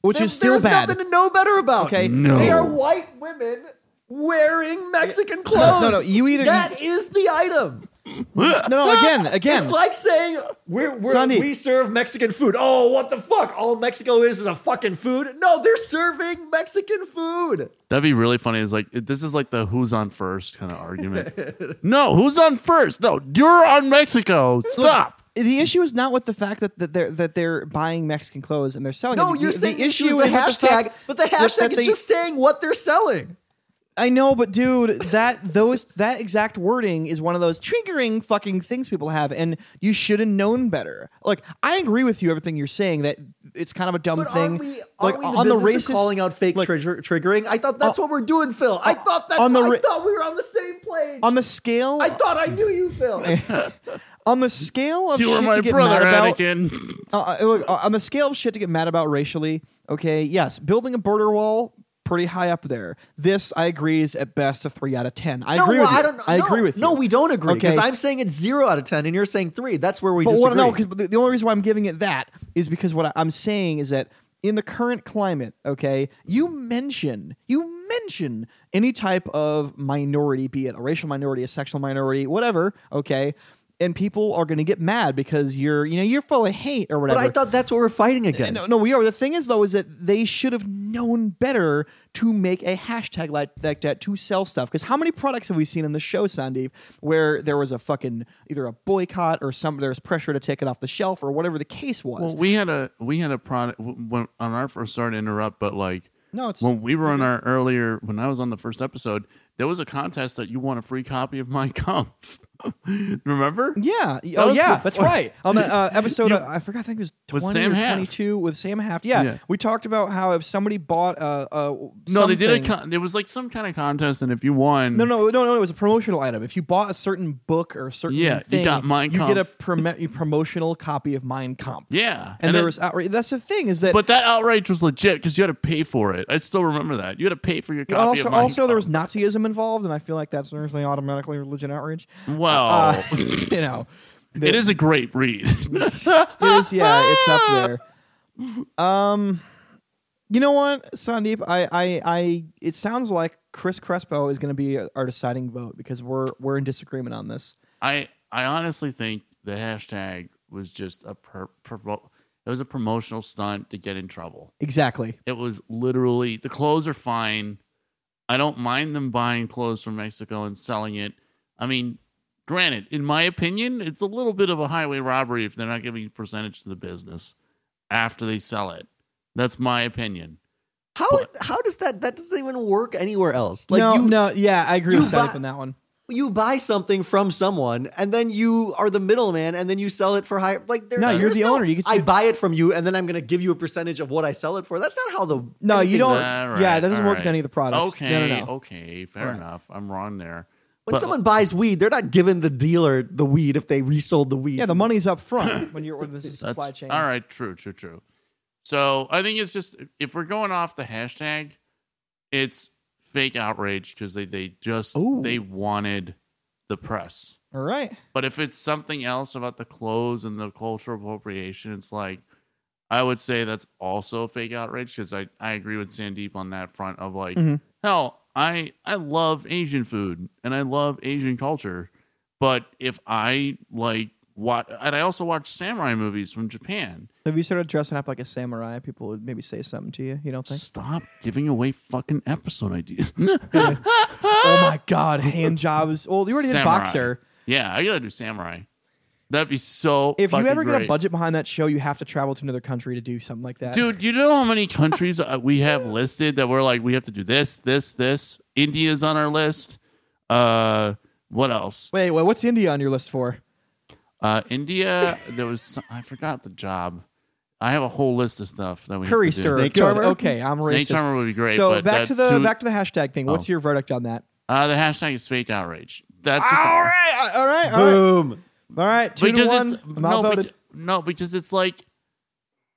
[SPEAKER 1] which
[SPEAKER 2] There-
[SPEAKER 1] is still
[SPEAKER 2] there's
[SPEAKER 1] bad.
[SPEAKER 2] nothing to know better about.
[SPEAKER 1] Okay.
[SPEAKER 3] No.
[SPEAKER 2] they are white women wearing Mexican clothes.
[SPEAKER 1] no, you either-
[SPEAKER 2] that is the item.
[SPEAKER 1] no, no, again, again.
[SPEAKER 2] It's like saying we're, we're
[SPEAKER 1] Sonny.
[SPEAKER 2] we serve Mexican food. Oh, what the fuck? All Mexico is is a fucking food. No, they're serving Mexican food.
[SPEAKER 3] That'd be really funny. Is like this is like the who's on first kind of argument. no, who's on first? No, you're on Mexico. Stop.
[SPEAKER 1] the issue is not with the fact that, that they're that they're buying Mexican clothes and they're selling.
[SPEAKER 2] No,
[SPEAKER 1] them. The-
[SPEAKER 2] you're
[SPEAKER 1] the,
[SPEAKER 2] saying
[SPEAKER 1] issue
[SPEAKER 2] issue is the
[SPEAKER 1] with
[SPEAKER 2] hashtag,
[SPEAKER 1] fact
[SPEAKER 2] but the
[SPEAKER 1] that- that
[SPEAKER 2] hashtag
[SPEAKER 1] they-
[SPEAKER 2] is just saying what they're selling.
[SPEAKER 1] I know, but dude, that those that exact wording is one of those triggering fucking things people have, and you should have known better. Like, I agree with you everything you're saying that it's kind of a dumb
[SPEAKER 2] But
[SPEAKER 1] thing.
[SPEAKER 2] aren't we,
[SPEAKER 1] like
[SPEAKER 2] aren't we
[SPEAKER 1] on the
[SPEAKER 2] business
[SPEAKER 1] racist
[SPEAKER 2] of calling out fake
[SPEAKER 1] like,
[SPEAKER 2] trigger, triggering? I thought that's what we're doing, Phil. I thought that's
[SPEAKER 1] Oh. on the
[SPEAKER 2] I
[SPEAKER 1] ra-
[SPEAKER 2] thought we were on the same page.
[SPEAKER 1] on the scale
[SPEAKER 2] I thought I knew you, Phil.
[SPEAKER 1] on the scale of
[SPEAKER 3] You
[SPEAKER 1] shit
[SPEAKER 3] were my
[SPEAKER 1] to get
[SPEAKER 3] brother,
[SPEAKER 1] mad about.
[SPEAKER 3] Anakin.
[SPEAKER 1] Uh, uh, look, uh, on the scale of shit to get mad about racially, okay, yes, building a border wall pretty high up there. This I agree is at best a three out of ten. I
[SPEAKER 2] no,
[SPEAKER 1] agree
[SPEAKER 2] well,
[SPEAKER 1] with you.
[SPEAKER 2] I don't.
[SPEAKER 1] I
[SPEAKER 2] no,
[SPEAKER 1] agree with
[SPEAKER 2] No,
[SPEAKER 1] you.
[SPEAKER 2] we don't agree because
[SPEAKER 1] Okay.
[SPEAKER 2] I'm saying it's zero out of ten, and you're saying three. That's where we
[SPEAKER 1] But
[SPEAKER 2] disagree.
[SPEAKER 1] what, no, 'cause the the only reason why I'm giving it that is because what I- I'm saying is that in the current climate, okay, you mention you mention any type of minority, be it a racial minority, a sexual minority, whatever, okay, and people are going to get mad because you're you know you're full of hate or
[SPEAKER 2] but
[SPEAKER 1] whatever.
[SPEAKER 2] I thought that's what we're fighting against.
[SPEAKER 1] no, no, we are. The thing is, though, is that they should have known better to make a hashtag like, like that to sell stuff. Because how many products have we seen in the show, Sandeep, where there was a fucking either a boycott or some there was pressure to take it off the shelf or whatever the case was.
[SPEAKER 3] Well, we had a we had a product w- when, on our first. Sorry to interrupt, but like
[SPEAKER 1] no, it's
[SPEAKER 3] when we were on our earlier, when I was on the first episode, there was a contest that you won a free copy of my Kampf. Remember?
[SPEAKER 1] yeah. Oh,
[SPEAKER 3] was
[SPEAKER 1] yeah.
[SPEAKER 3] before-
[SPEAKER 1] That's right. On the uh, episode, uh, I forgot. I think it was
[SPEAKER 3] With
[SPEAKER 1] twenty
[SPEAKER 3] Sam
[SPEAKER 1] or
[SPEAKER 3] Haft.
[SPEAKER 1] twenty-two with Sam Haft. Yeah,
[SPEAKER 3] Yeah.
[SPEAKER 1] we talked about how if somebody bought uh, uh no,
[SPEAKER 3] No, they did a. Con- it was like some kind of contest, and if you won,
[SPEAKER 1] No, no, no, no. It was a promotional item. If you bought a certain book or a certain
[SPEAKER 3] Yeah, you
[SPEAKER 1] thing,
[SPEAKER 3] got Mein
[SPEAKER 1] you get a
[SPEAKER 3] Kampf.
[SPEAKER 1] promo- a promotional copy of Mein Kampf.
[SPEAKER 3] yeah,
[SPEAKER 1] And, there
[SPEAKER 3] it-
[SPEAKER 1] was outrage. That's the thing is that.
[SPEAKER 3] But that outrage was legit because you had to pay for it. I still remember that. You had to pay for your copy
[SPEAKER 1] also,
[SPEAKER 3] of Mein
[SPEAKER 1] also there was
[SPEAKER 3] Kampf.
[SPEAKER 1] Nazism involved, and I feel like that's certainly automatically religion outrage.
[SPEAKER 3] Well,
[SPEAKER 1] Uh, you know,
[SPEAKER 3] Oh. it is a great read.
[SPEAKER 1] It is, yeah, it's up there. Um, you know what, Sandeep? I, I, I. It sounds like Chris Crespo is going to be our deciding vote because we're we're in disagreement on this.
[SPEAKER 3] I I honestly think the hashtag was just a per, provo- it was a promotional stunt to get in trouble.
[SPEAKER 1] Exactly.
[SPEAKER 3] It was literally the clothes are fine. I don't mind them buying clothes from Mexico and selling it. I mean, granted, in my opinion, it's a little bit of a highway robbery if they're not giving percentage to the business after they sell it. That's my opinion.
[SPEAKER 2] how how does that that doesn't even work anywhere else? Like
[SPEAKER 1] no,
[SPEAKER 2] you
[SPEAKER 1] no, yeah, I agree
[SPEAKER 2] you
[SPEAKER 1] with Sandeep
[SPEAKER 2] buy-
[SPEAKER 1] on that one.
[SPEAKER 2] you buy something from someone and then you are the middleman and then you sell it for higher. Like there,
[SPEAKER 1] No, you're
[SPEAKER 2] there's
[SPEAKER 1] the owner. You get
[SPEAKER 2] I
[SPEAKER 1] to-
[SPEAKER 2] buy it from you and then I'm going to give you a percentage of what I sell it for. That's not how the
[SPEAKER 1] No, you
[SPEAKER 2] anything
[SPEAKER 1] don't.
[SPEAKER 2] works.
[SPEAKER 3] All
[SPEAKER 1] Yeah,
[SPEAKER 3] right,
[SPEAKER 1] it doesn't
[SPEAKER 3] all
[SPEAKER 1] work with
[SPEAKER 3] right.
[SPEAKER 1] any of the products.
[SPEAKER 3] Okay,
[SPEAKER 1] No, no, no.
[SPEAKER 3] okay, fair
[SPEAKER 1] Right.
[SPEAKER 3] enough. I'm wrong there.
[SPEAKER 2] When
[SPEAKER 3] But-
[SPEAKER 2] someone buys weed, they're not giving the dealer the weed if they resold the weed.
[SPEAKER 1] Yeah, the money's up front when you're when this is
[SPEAKER 3] That's
[SPEAKER 1] supply chain.
[SPEAKER 3] all right. True, true, true. So I think it's just if we're going off the hashtag, it's fake outrage because they they just
[SPEAKER 1] Ooh.
[SPEAKER 3] they wanted the press.
[SPEAKER 1] All right.
[SPEAKER 3] But if it's something else about the clothes and the cultural appropriation, it's like I would say that's also fake outrage because I I agree with Sandeep on that front of like
[SPEAKER 1] Mhm.
[SPEAKER 3] hell I I love Asian food and I love Asian culture, but if I like what and I also watch samurai movies from Japan.
[SPEAKER 1] If you started dressing up like a samurai, people would maybe say something to you. You don't think?
[SPEAKER 3] Stop giving away fucking episode ideas.
[SPEAKER 1] oh my god, hand jobs. Well, you already
[SPEAKER 3] Samurai.
[SPEAKER 1] did boxer.
[SPEAKER 3] yeah, I gotta do samurai. That'd be so.
[SPEAKER 1] If you
[SPEAKER 3] fucking
[SPEAKER 1] ever get a
[SPEAKER 3] great.
[SPEAKER 1] budget behind that show, you have to travel to another country to do something like that.
[SPEAKER 3] dude, you know how many countries uh, we have listed that we're like, we have to do this, this, this. India's on our list. Uh, what else?
[SPEAKER 1] Wait, wait, what's India on your list for?
[SPEAKER 3] Uh, India. There was some, I forgot the job. I have a whole list of stuff that we
[SPEAKER 1] Curry
[SPEAKER 3] have to do.
[SPEAKER 1] stirrer.
[SPEAKER 2] Snake
[SPEAKER 1] Good.
[SPEAKER 2] charmer?
[SPEAKER 1] Okay, I'm
[SPEAKER 3] Snake
[SPEAKER 1] racist.
[SPEAKER 3] charmer would be great.
[SPEAKER 1] so
[SPEAKER 3] but
[SPEAKER 1] back to
[SPEAKER 3] that's
[SPEAKER 1] the
[SPEAKER 3] who-
[SPEAKER 1] back to the hashtag thing. What's
[SPEAKER 3] Oh.
[SPEAKER 1] your verdict on that?
[SPEAKER 3] Uh, the hashtag is fake outrage. That's
[SPEAKER 1] All
[SPEAKER 3] just a-
[SPEAKER 1] right,
[SPEAKER 2] uh,
[SPEAKER 1] all right, all right,
[SPEAKER 2] boom.
[SPEAKER 1] all right. Two to one. I'm
[SPEAKER 3] no,
[SPEAKER 1] outvoted.
[SPEAKER 3] beca- no, because it's like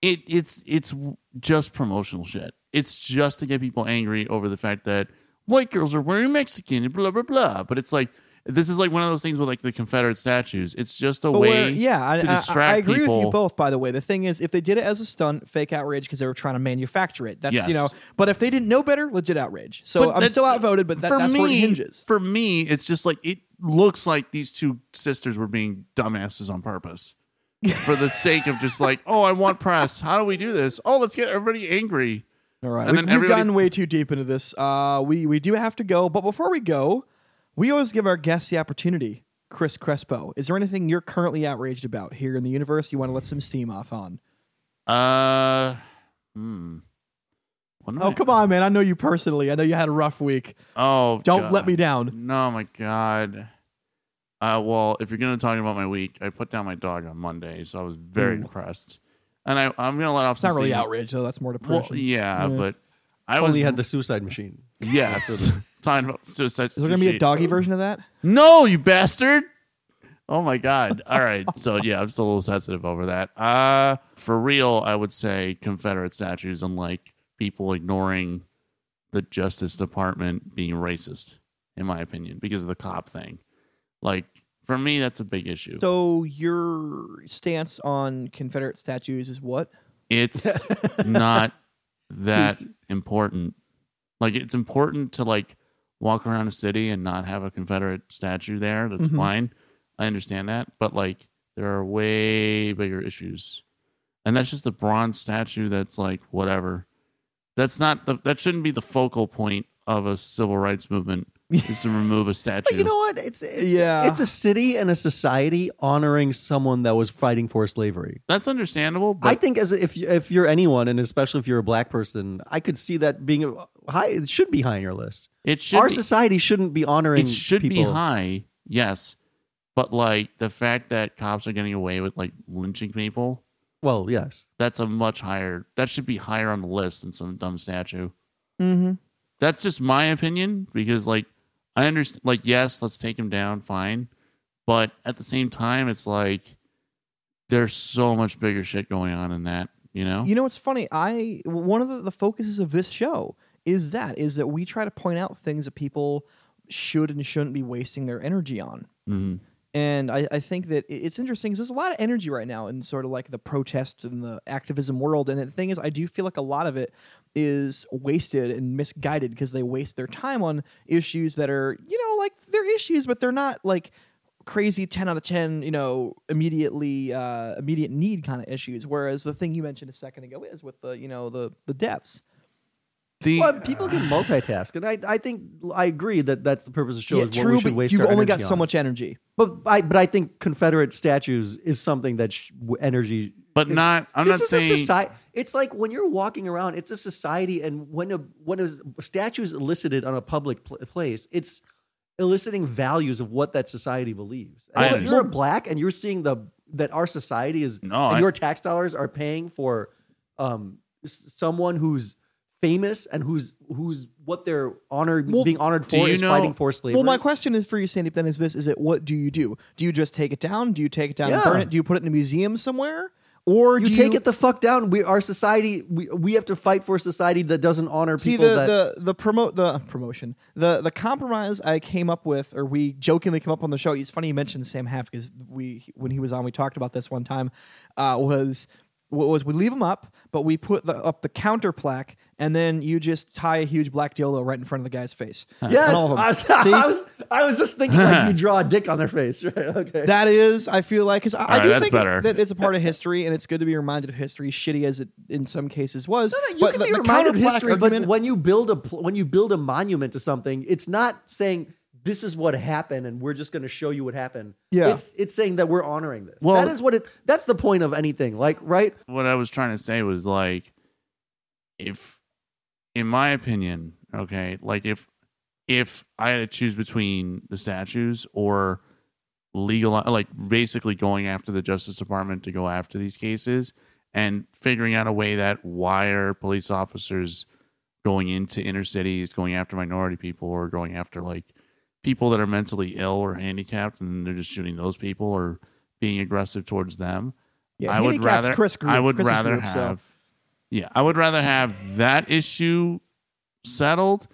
[SPEAKER 3] it it's it's w- just promotional shit. It's just to get people angry over the fact that white girls are wearing Mexican and blah blah blah. But it's like this is like one of those things with like the Confederate statues. It's just a
[SPEAKER 1] But
[SPEAKER 3] way
[SPEAKER 1] we're- yeah, I,
[SPEAKER 3] to
[SPEAKER 1] I-
[SPEAKER 3] distract
[SPEAKER 1] I, agree with
[SPEAKER 3] people.
[SPEAKER 1] you both. By the way, the thing is, if they did it as a stunt, fake outrage because they were trying to manufacture it. That's you
[SPEAKER 3] Yes.
[SPEAKER 1] know. But if they didn't know better, legit outrage. So
[SPEAKER 3] But
[SPEAKER 1] I'm
[SPEAKER 3] that-
[SPEAKER 1] still outvoted, but that,
[SPEAKER 3] for
[SPEAKER 1] that's
[SPEAKER 3] me,
[SPEAKER 1] where it hinges.
[SPEAKER 3] For me, it's just like it looks like these two sisters were being dumbasses on purpose. for the sake of just like, oh, I want press. How do we do this? Oh, let's get everybody angry.
[SPEAKER 1] All right,
[SPEAKER 3] and
[SPEAKER 1] we,
[SPEAKER 3] then
[SPEAKER 1] have
[SPEAKER 3] everybody-
[SPEAKER 1] gotten way too deep into this. Uh, we we do have to go, but before we go, we always give our guests the opportunity. Chris Crespo, is there anything you're currently outraged about here in the universe? You want to let some steam off on?
[SPEAKER 3] Uh, hmm. What am
[SPEAKER 1] Oh
[SPEAKER 3] I-
[SPEAKER 1] come on, man! I know you personally. I know you had a rough week.
[SPEAKER 3] Oh,
[SPEAKER 1] Don't
[SPEAKER 3] God.
[SPEAKER 1] let me down.
[SPEAKER 3] No, my God. Uh, well, if you're gonna talk about my week, I put down my dog on Monday, so I was very
[SPEAKER 1] Ooh.
[SPEAKER 3] depressed, and I I'm gonna let off.
[SPEAKER 1] Mm. It's
[SPEAKER 3] some
[SPEAKER 1] not really
[SPEAKER 3] steam.
[SPEAKER 1] outrage though. That's more
[SPEAKER 3] Well,
[SPEAKER 1] depression. Yeah.
[SPEAKER 3] yeah, but I was
[SPEAKER 2] Only had the suicide machine.
[SPEAKER 3] yes talking about suicide.
[SPEAKER 1] Is there gonna be a doggy version of that?
[SPEAKER 3] No, you bastard. Oh my god. All right. So yeah, I'm just a little sensitive over that. Uh for real, I would say Confederate statues and like people ignoring the Justice Department being racist, in my opinion, because of the cop thing. Like for me, that's a big issue.
[SPEAKER 1] So your stance on Confederate statues is what?
[SPEAKER 3] it's not that
[SPEAKER 2] Please.
[SPEAKER 3] important. Like it's important to like walk around a city and not have a Confederate statue there. That's
[SPEAKER 2] Mm-hmm.
[SPEAKER 1] Mhm.
[SPEAKER 3] fine. I understand that, but like there are way bigger issues. And that's just a bronze statue that's like whatever. That's not the that shouldn't be the focal point of a civil rights movement is to remove a statue.
[SPEAKER 2] But you know what? It's, it's
[SPEAKER 1] Yeah.
[SPEAKER 2] It's a city and a society honoring someone that was fighting for slavery.
[SPEAKER 3] that's understandable,
[SPEAKER 2] I
[SPEAKER 3] but
[SPEAKER 2] think as if you- if you're anyone, and especially if you're a black person, I could see that being high. It should be high on your list.
[SPEAKER 3] it should
[SPEAKER 2] Our
[SPEAKER 3] be,
[SPEAKER 2] society shouldn't be honoring.
[SPEAKER 3] it should be
[SPEAKER 2] people.
[SPEAKER 3] high yes but like the fact that cops are getting away with like lynching people
[SPEAKER 2] Well, yes.
[SPEAKER 3] that's a much higher that should be higher on the list than some dumb statue
[SPEAKER 1] Mm-hmm.
[SPEAKER 3] that's just my opinion because like i understand like yes let's take him down fine but at the same time it's like there's so much bigger shit going on in that you know
[SPEAKER 1] You know, it's funny. I one of the, the focuses of this show is that is that we try to point out things that people should and shouldn't be wasting their energy on.
[SPEAKER 3] Mhm.
[SPEAKER 1] And I, I think that it- it's interesting 'cause there's a lot of energy right now in sort of like the protest and the activism world. And the thing is, I do feel like a lot of it is wasted and misguided because they waste their time on issues that are, you know, like they're issues, but they're not like crazy 10 out of 10, you know, immediately, uh, immediate need kind of issues. Whereas the thing you mentioned a second ago is with the, you know, the, the deaths.
[SPEAKER 3] the
[SPEAKER 2] Well, people can multitask, and I, I think I agree that that's the purpose of the show.
[SPEAKER 1] Yeah,
[SPEAKER 2] is what we should
[SPEAKER 1] but
[SPEAKER 2] waste
[SPEAKER 1] you've
[SPEAKER 2] our
[SPEAKER 1] only got
[SPEAKER 2] energy
[SPEAKER 1] so
[SPEAKER 2] on.
[SPEAKER 1] much energy.
[SPEAKER 2] But I, but I think Confederate statues is something that sh- w- energy.
[SPEAKER 3] but
[SPEAKER 2] is-
[SPEAKER 3] not i'm
[SPEAKER 2] this
[SPEAKER 3] not
[SPEAKER 2] is
[SPEAKER 3] saying
[SPEAKER 2] a society. It's like when you're walking around, it's a society, and when a when a statue is elicited on a public pl- place, it's eliciting values of what that society believes. And
[SPEAKER 3] I
[SPEAKER 2] if you're
[SPEAKER 3] understand.
[SPEAKER 2] black, and you're seeing the that our society is
[SPEAKER 3] no
[SPEAKER 2] and
[SPEAKER 3] I-
[SPEAKER 2] your tax dollars are paying for um s- someone who's famous and who's who's what they're honored
[SPEAKER 1] Well,
[SPEAKER 2] being honored
[SPEAKER 3] do
[SPEAKER 2] for
[SPEAKER 3] you
[SPEAKER 2] is
[SPEAKER 3] know-
[SPEAKER 2] fighting for slavery.
[SPEAKER 1] Well, my question is for you, Sandy. Then is this: Is it what do you do? Do you just take it down? Do you take it down and
[SPEAKER 2] Yeah.
[SPEAKER 1] burn it? Do you put it in a museum somewhere? Or
[SPEAKER 2] you
[SPEAKER 1] do
[SPEAKER 2] take
[SPEAKER 1] you,
[SPEAKER 2] it the fuck down. We our society we, we have to fight for a society that doesn't honor
[SPEAKER 1] See
[SPEAKER 2] people
[SPEAKER 1] the,
[SPEAKER 2] that
[SPEAKER 1] the the promote the uh, promotion the the compromise I came up with, or we jokingly came up on the show. It's funny you mentioned Sam Haff because we when he was on, we talked about this one time. Uh, was wa- was we leave him up, but we put the, up the counter plaque, and then you just tie a huge black dildo right in front of the guy's face.
[SPEAKER 2] Yes,
[SPEAKER 1] All of 'em.
[SPEAKER 2] I was,
[SPEAKER 1] See?
[SPEAKER 2] I was I was just thinking like you draw a dick on their face, right? Okay.
[SPEAKER 1] That is, I feel like, because I, I
[SPEAKER 3] right,
[SPEAKER 1] do
[SPEAKER 3] that's
[SPEAKER 1] think
[SPEAKER 3] better.
[SPEAKER 1] that it's a part of history, and it's good to be reminded of history, shitty as it in some cases was.
[SPEAKER 2] No, no, you can be
[SPEAKER 1] counterplaque
[SPEAKER 2] reminded of history,
[SPEAKER 1] argument-
[SPEAKER 2] but when you build a pl- when you build a monument to something, it's not saying this is what happened and we're just going to show you what happened.
[SPEAKER 1] Yeah.
[SPEAKER 2] it's it's saying that we're honoring this.
[SPEAKER 3] Well-
[SPEAKER 2] that is what it. That's the point of anything. Like, right?
[SPEAKER 3] what I was trying to say was like, if, in my opinion, okay, like if if I had to choose between the statues or legal, like basically going after the Justice Department to go after these cases and figuring out a way that why are police officers going into inner cities, going after minority people, or going after like people that are mentally ill or handicapped, and they're just shooting those people or being aggressive towards them.
[SPEAKER 1] Yeah,
[SPEAKER 3] I would
[SPEAKER 1] handicaps
[SPEAKER 3] rather
[SPEAKER 1] Chris group,
[SPEAKER 3] I would
[SPEAKER 1] Chris's
[SPEAKER 3] rather
[SPEAKER 1] group, so-
[SPEAKER 3] have yeah I would rather have that issue settled.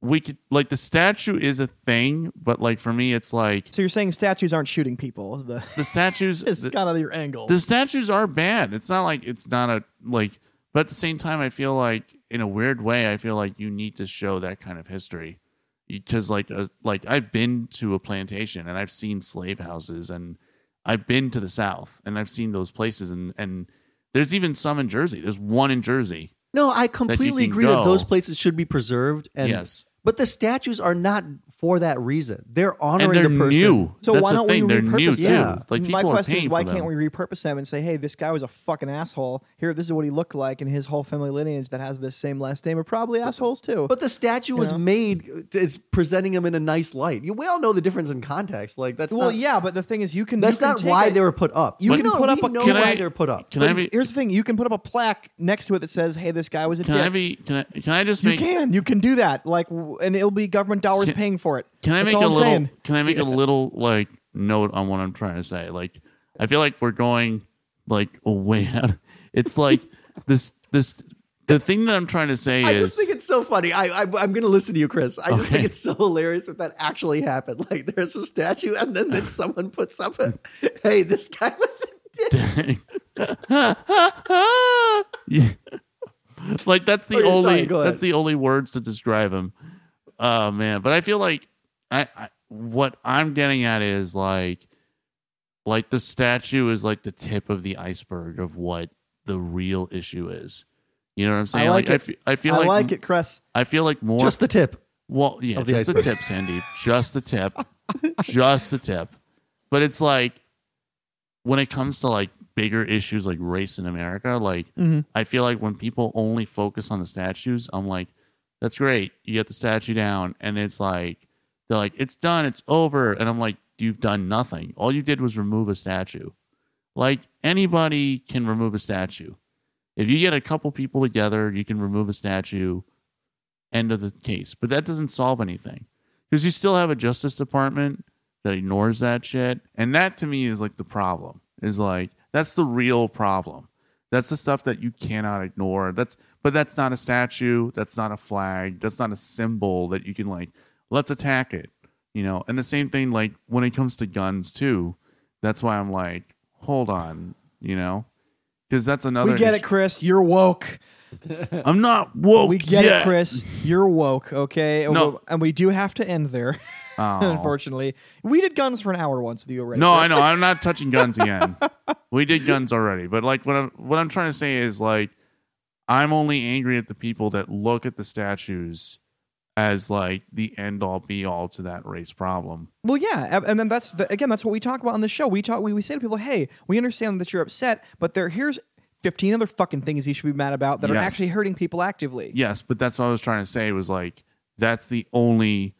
[SPEAKER 3] We could like the statue is a thing, but like for me, it's like
[SPEAKER 1] So you're saying statues aren't shooting people? The,
[SPEAKER 3] the statues.
[SPEAKER 1] it's
[SPEAKER 3] the,
[SPEAKER 1] kind of your angle.
[SPEAKER 3] the statues are bad. It's not like it's not a like, but at the same time, I feel like in a weird way, I feel like you need to show that kind of history because like a, like I've been to a plantation and I've seen slave houses and I've been to the South and I've seen those places and and there's even some in Jersey. There's one in Jersey.
[SPEAKER 2] No, I completely
[SPEAKER 3] can
[SPEAKER 2] agree
[SPEAKER 3] go.
[SPEAKER 2] that those places should be preserved. And
[SPEAKER 3] yes,
[SPEAKER 2] but the statues are not for that reason. They're honoring
[SPEAKER 3] and they're
[SPEAKER 2] the person.
[SPEAKER 3] new.
[SPEAKER 1] so
[SPEAKER 3] That's
[SPEAKER 1] why
[SPEAKER 3] the
[SPEAKER 1] don't
[SPEAKER 3] thing.
[SPEAKER 1] we
[SPEAKER 3] They're
[SPEAKER 1] repurpose
[SPEAKER 3] new too.
[SPEAKER 1] them?
[SPEAKER 2] Yeah.
[SPEAKER 3] Like people
[SPEAKER 1] My
[SPEAKER 3] are
[SPEAKER 1] question
[SPEAKER 3] paying
[SPEAKER 1] is, why
[SPEAKER 3] for them.
[SPEAKER 1] can't we repurpose them and say, "Hey, this guy was a fucking asshole. Here, this is what he looked like, and his whole family lineage that has this same last name are probably assholes too."
[SPEAKER 2] But the statue was
[SPEAKER 1] know?
[SPEAKER 2] made. uh, It's presenting him in a nice light. You, we all know the difference in context. Like that's
[SPEAKER 1] well,
[SPEAKER 2] not,
[SPEAKER 1] yeah, but the thing is, you can.
[SPEAKER 2] That's
[SPEAKER 1] you can
[SPEAKER 2] not
[SPEAKER 1] take
[SPEAKER 2] why
[SPEAKER 1] a-
[SPEAKER 2] they were put up. You
[SPEAKER 1] But-
[SPEAKER 2] can
[SPEAKER 1] No,
[SPEAKER 2] put up
[SPEAKER 1] we
[SPEAKER 2] a know
[SPEAKER 1] know
[SPEAKER 2] why
[SPEAKER 1] I-
[SPEAKER 2] they're put up.
[SPEAKER 3] Can I
[SPEAKER 1] but
[SPEAKER 3] be?
[SPEAKER 1] Here's the thing: you can put up a plaque next to it that says, "Hey, this guy was a
[SPEAKER 3] Can
[SPEAKER 1] dick."
[SPEAKER 3] I be? Can I? Can I just
[SPEAKER 1] You
[SPEAKER 3] make?
[SPEAKER 1] can. You can do that. Like, w- and it'll be government dollars paying for it.
[SPEAKER 3] Can I
[SPEAKER 1] That's
[SPEAKER 3] make
[SPEAKER 1] all
[SPEAKER 3] a
[SPEAKER 1] I'm
[SPEAKER 3] little?
[SPEAKER 1] saying.
[SPEAKER 3] Can I make a little like note on what I'm trying to say? Like, I feel like we're going like way out. It's like this. This The thing that I'm trying to say
[SPEAKER 2] I
[SPEAKER 3] is
[SPEAKER 2] just think it's so funny. I, I I'm gonna listen to you, Chris. I just think
[SPEAKER 3] Okay.
[SPEAKER 2] it's so hilarious if that actually happened. Like there's some statue, and then there's someone puts up a, hey, this guy was. a dick."
[SPEAKER 3] Yeah. like that's the
[SPEAKER 1] Oh,
[SPEAKER 2] Okay, sorry,
[SPEAKER 3] only
[SPEAKER 2] go ahead.
[SPEAKER 3] that's the only words to describe him. Oh man, but I feel like I, I what I'm getting at is like like the statue is like the tip of the iceberg of what the real issue is. You know what I'm saying?
[SPEAKER 1] I like
[SPEAKER 3] I, fe- I feel
[SPEAKER 1] I
[SPEAKER 3] like,
[SPEAKER 1] like it, Chris.
[SPEAKER 3] I feel like more
[SPEAKER 2] Just the tip.
[SPEAKER 3] well, yeah,
[SPEAKER 2] of the
[SPEAKER 3] just the
[SPEAKER 2] iceberg.
[SPEAKER 3] tip, Sandy. Just the tip. just the tip. But it's like when it comes to like bigger issues like race in America, like
[SPEAKER 2] Mm-hmm.
[SPEAKER 1] Mhm.
[SPEAKER 3] I feel like when people only focus on the statues, I'm like, that's great. You get the statue down, and it's like they're like, it's done, it's over, and I'm like, you've done nothing. All you did was remove a statue. Like anybody can remove a statue. If you get a couple people together, you can remove a statue end of the case. But that doesn't solve anything because you still have a Justice Department that ignores that shit. And that to me is like the problem, is like that's the real problem. That's the stuff that you cannot ignore. That's but that's not a statue, that's not a flag, that's not a symbol that you can like let's attack it, you know. And the same thing like when it comes to guns too. That's why I'm like, hold on, you know, because that's another.
[SPEAKER 1] We get it,
[SPEAKER 3] issue.
[SPEAKER 1] Chris. You're woke.
[SPEAKER 3] I'm not woke.
[SPEAKER 1] we get
[SPEAKER 3] yet.
[SPEAKER 1] it, Chris. You're woke. Okay.
[SPEAKER 3] No.
[SPEAKER 1] And we do have to end there,
[SPEAKER 3] Aw.
[SPEAKER 1] unfortunately. We did guns for an hour once. If you were ready.
[SPEAKER 3] Oh. No,
[SPEAKER 1] Chris.
[SPEAKER 3] I know. I'm not touching guns again. we did guns already, but like what I'm what I'm trying to say is like I'm only angry at the people that look at the statues as like the end all be all to that race problem.
[SPEAKER 1] Well, yeah, a- and then that's the, again that's what we talk about on the show. We talk, we, we say to people, "Hey, we understand that you're upset, but there here's 15 other fucking things you should be mad about that are
[SPEAKER 3] Yes.
[SPEAKER 1] actually hurting people actively."
[SPEAKER 3] Yes, but that's what I was trying to say was like that's the only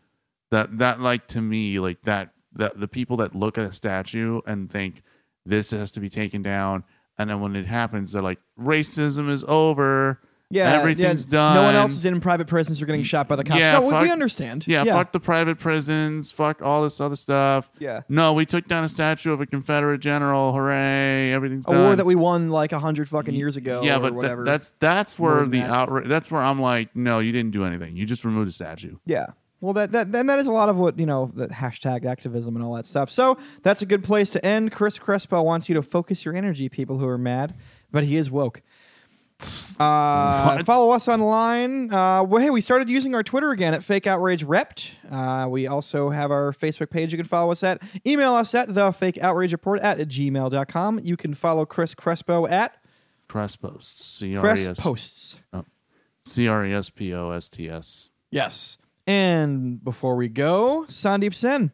[SPEAKER 3] that that like to me like that that the people that look at a statue and think this has to be taken down and then when it happens they're like racism is over.
[SPEAKER 1] yeah,
[SPEAKER 3] everything's
[SPEAKER 1] yeah,
[SPEAKER 3] done.
[SPEAKER 1] No one else is in private prisons or getting shot by the cops.
[SPEAKER 3] Yeah,
[SPEAKER 1] no, we,
[SPEAKER 3] fuck-
[SPEAKER 1] we understand.
[SPEAKER 3] Yeah, fuck the private prisons, fuck all this other stuff.
[SPEAKER 1] Yeah.
[SPEAKER 3] No, we took down a statue of a Confederate general. Hooray! Everything's
[SPEAKER 1] A
[SPEAKER 3] done.
[SPEAKER 1] war that we won like a hundred fucking years ago.
[SPEAKER 3] yeah,
[SPEAKER 1] or
[SPEAKER 3] but tha-
[SPEAKER 1] whatever.
[SPEAKER 3] that's that's where
[SPEAKER 1] than
[SPEAKER 3] the
[SPEAKER 1] that.
[SPEAKER 3] outrage. That's where I'm like, no, you didn't do anything. You just removed a statue.
[SPEAKER 1] Yeah. Well, that that then that is a lot of what you know, the hashtag activism and all that stuff. So that's a good place to end. Chris Crespo wants you to focus your energy, people who are mad, but he is woke. Uh,
[SPEAKER 3] What?
[SPEAKER 1] follow us online. Uh, well, hey, we started using our Twitter again at Fake Outrage Rept. Uh, we also have our Facebook page you can follow us at. Email us at the Fake Outrage Report at gmail.com. You can follow Chris Crespo at
[SPEAKER 3] Press posts. C R E
[SPEAKER 1] Press
[SPEAKER 3] S
[SPEAKER 1] Posts.
[SPEAKER 3] C R E S P O S T S.
[SPEAKER 1] Yes. And before we go, Sandeep Sen,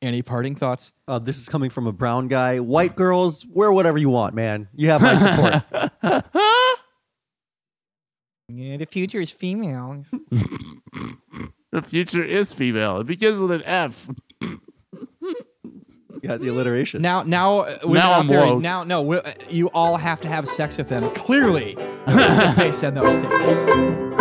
[SPEAKER 1] any parting thoughts?
[SPEAKER 2] Uh, this is coming from a brown guy. White girls, wear whatever you want, man. You have my support.
[SPEAKER 1] Yeah, the future is female.
[SPEAKER 3] The future is female. It begins with an F.
[SPEAKER 2] you got the alliteration.
[SPEAKER 1] Now, now, uh, we're
[SPEAKER 3] Now
[SPEAKER 1] out
[SPEAKER 3] I'm
[SPEAKER 1] there,
[SPEAKER 3] woke.
[SPEAKER 1] Now, no, we- uh, you all have to have sex with them. Clearly, based on those statements.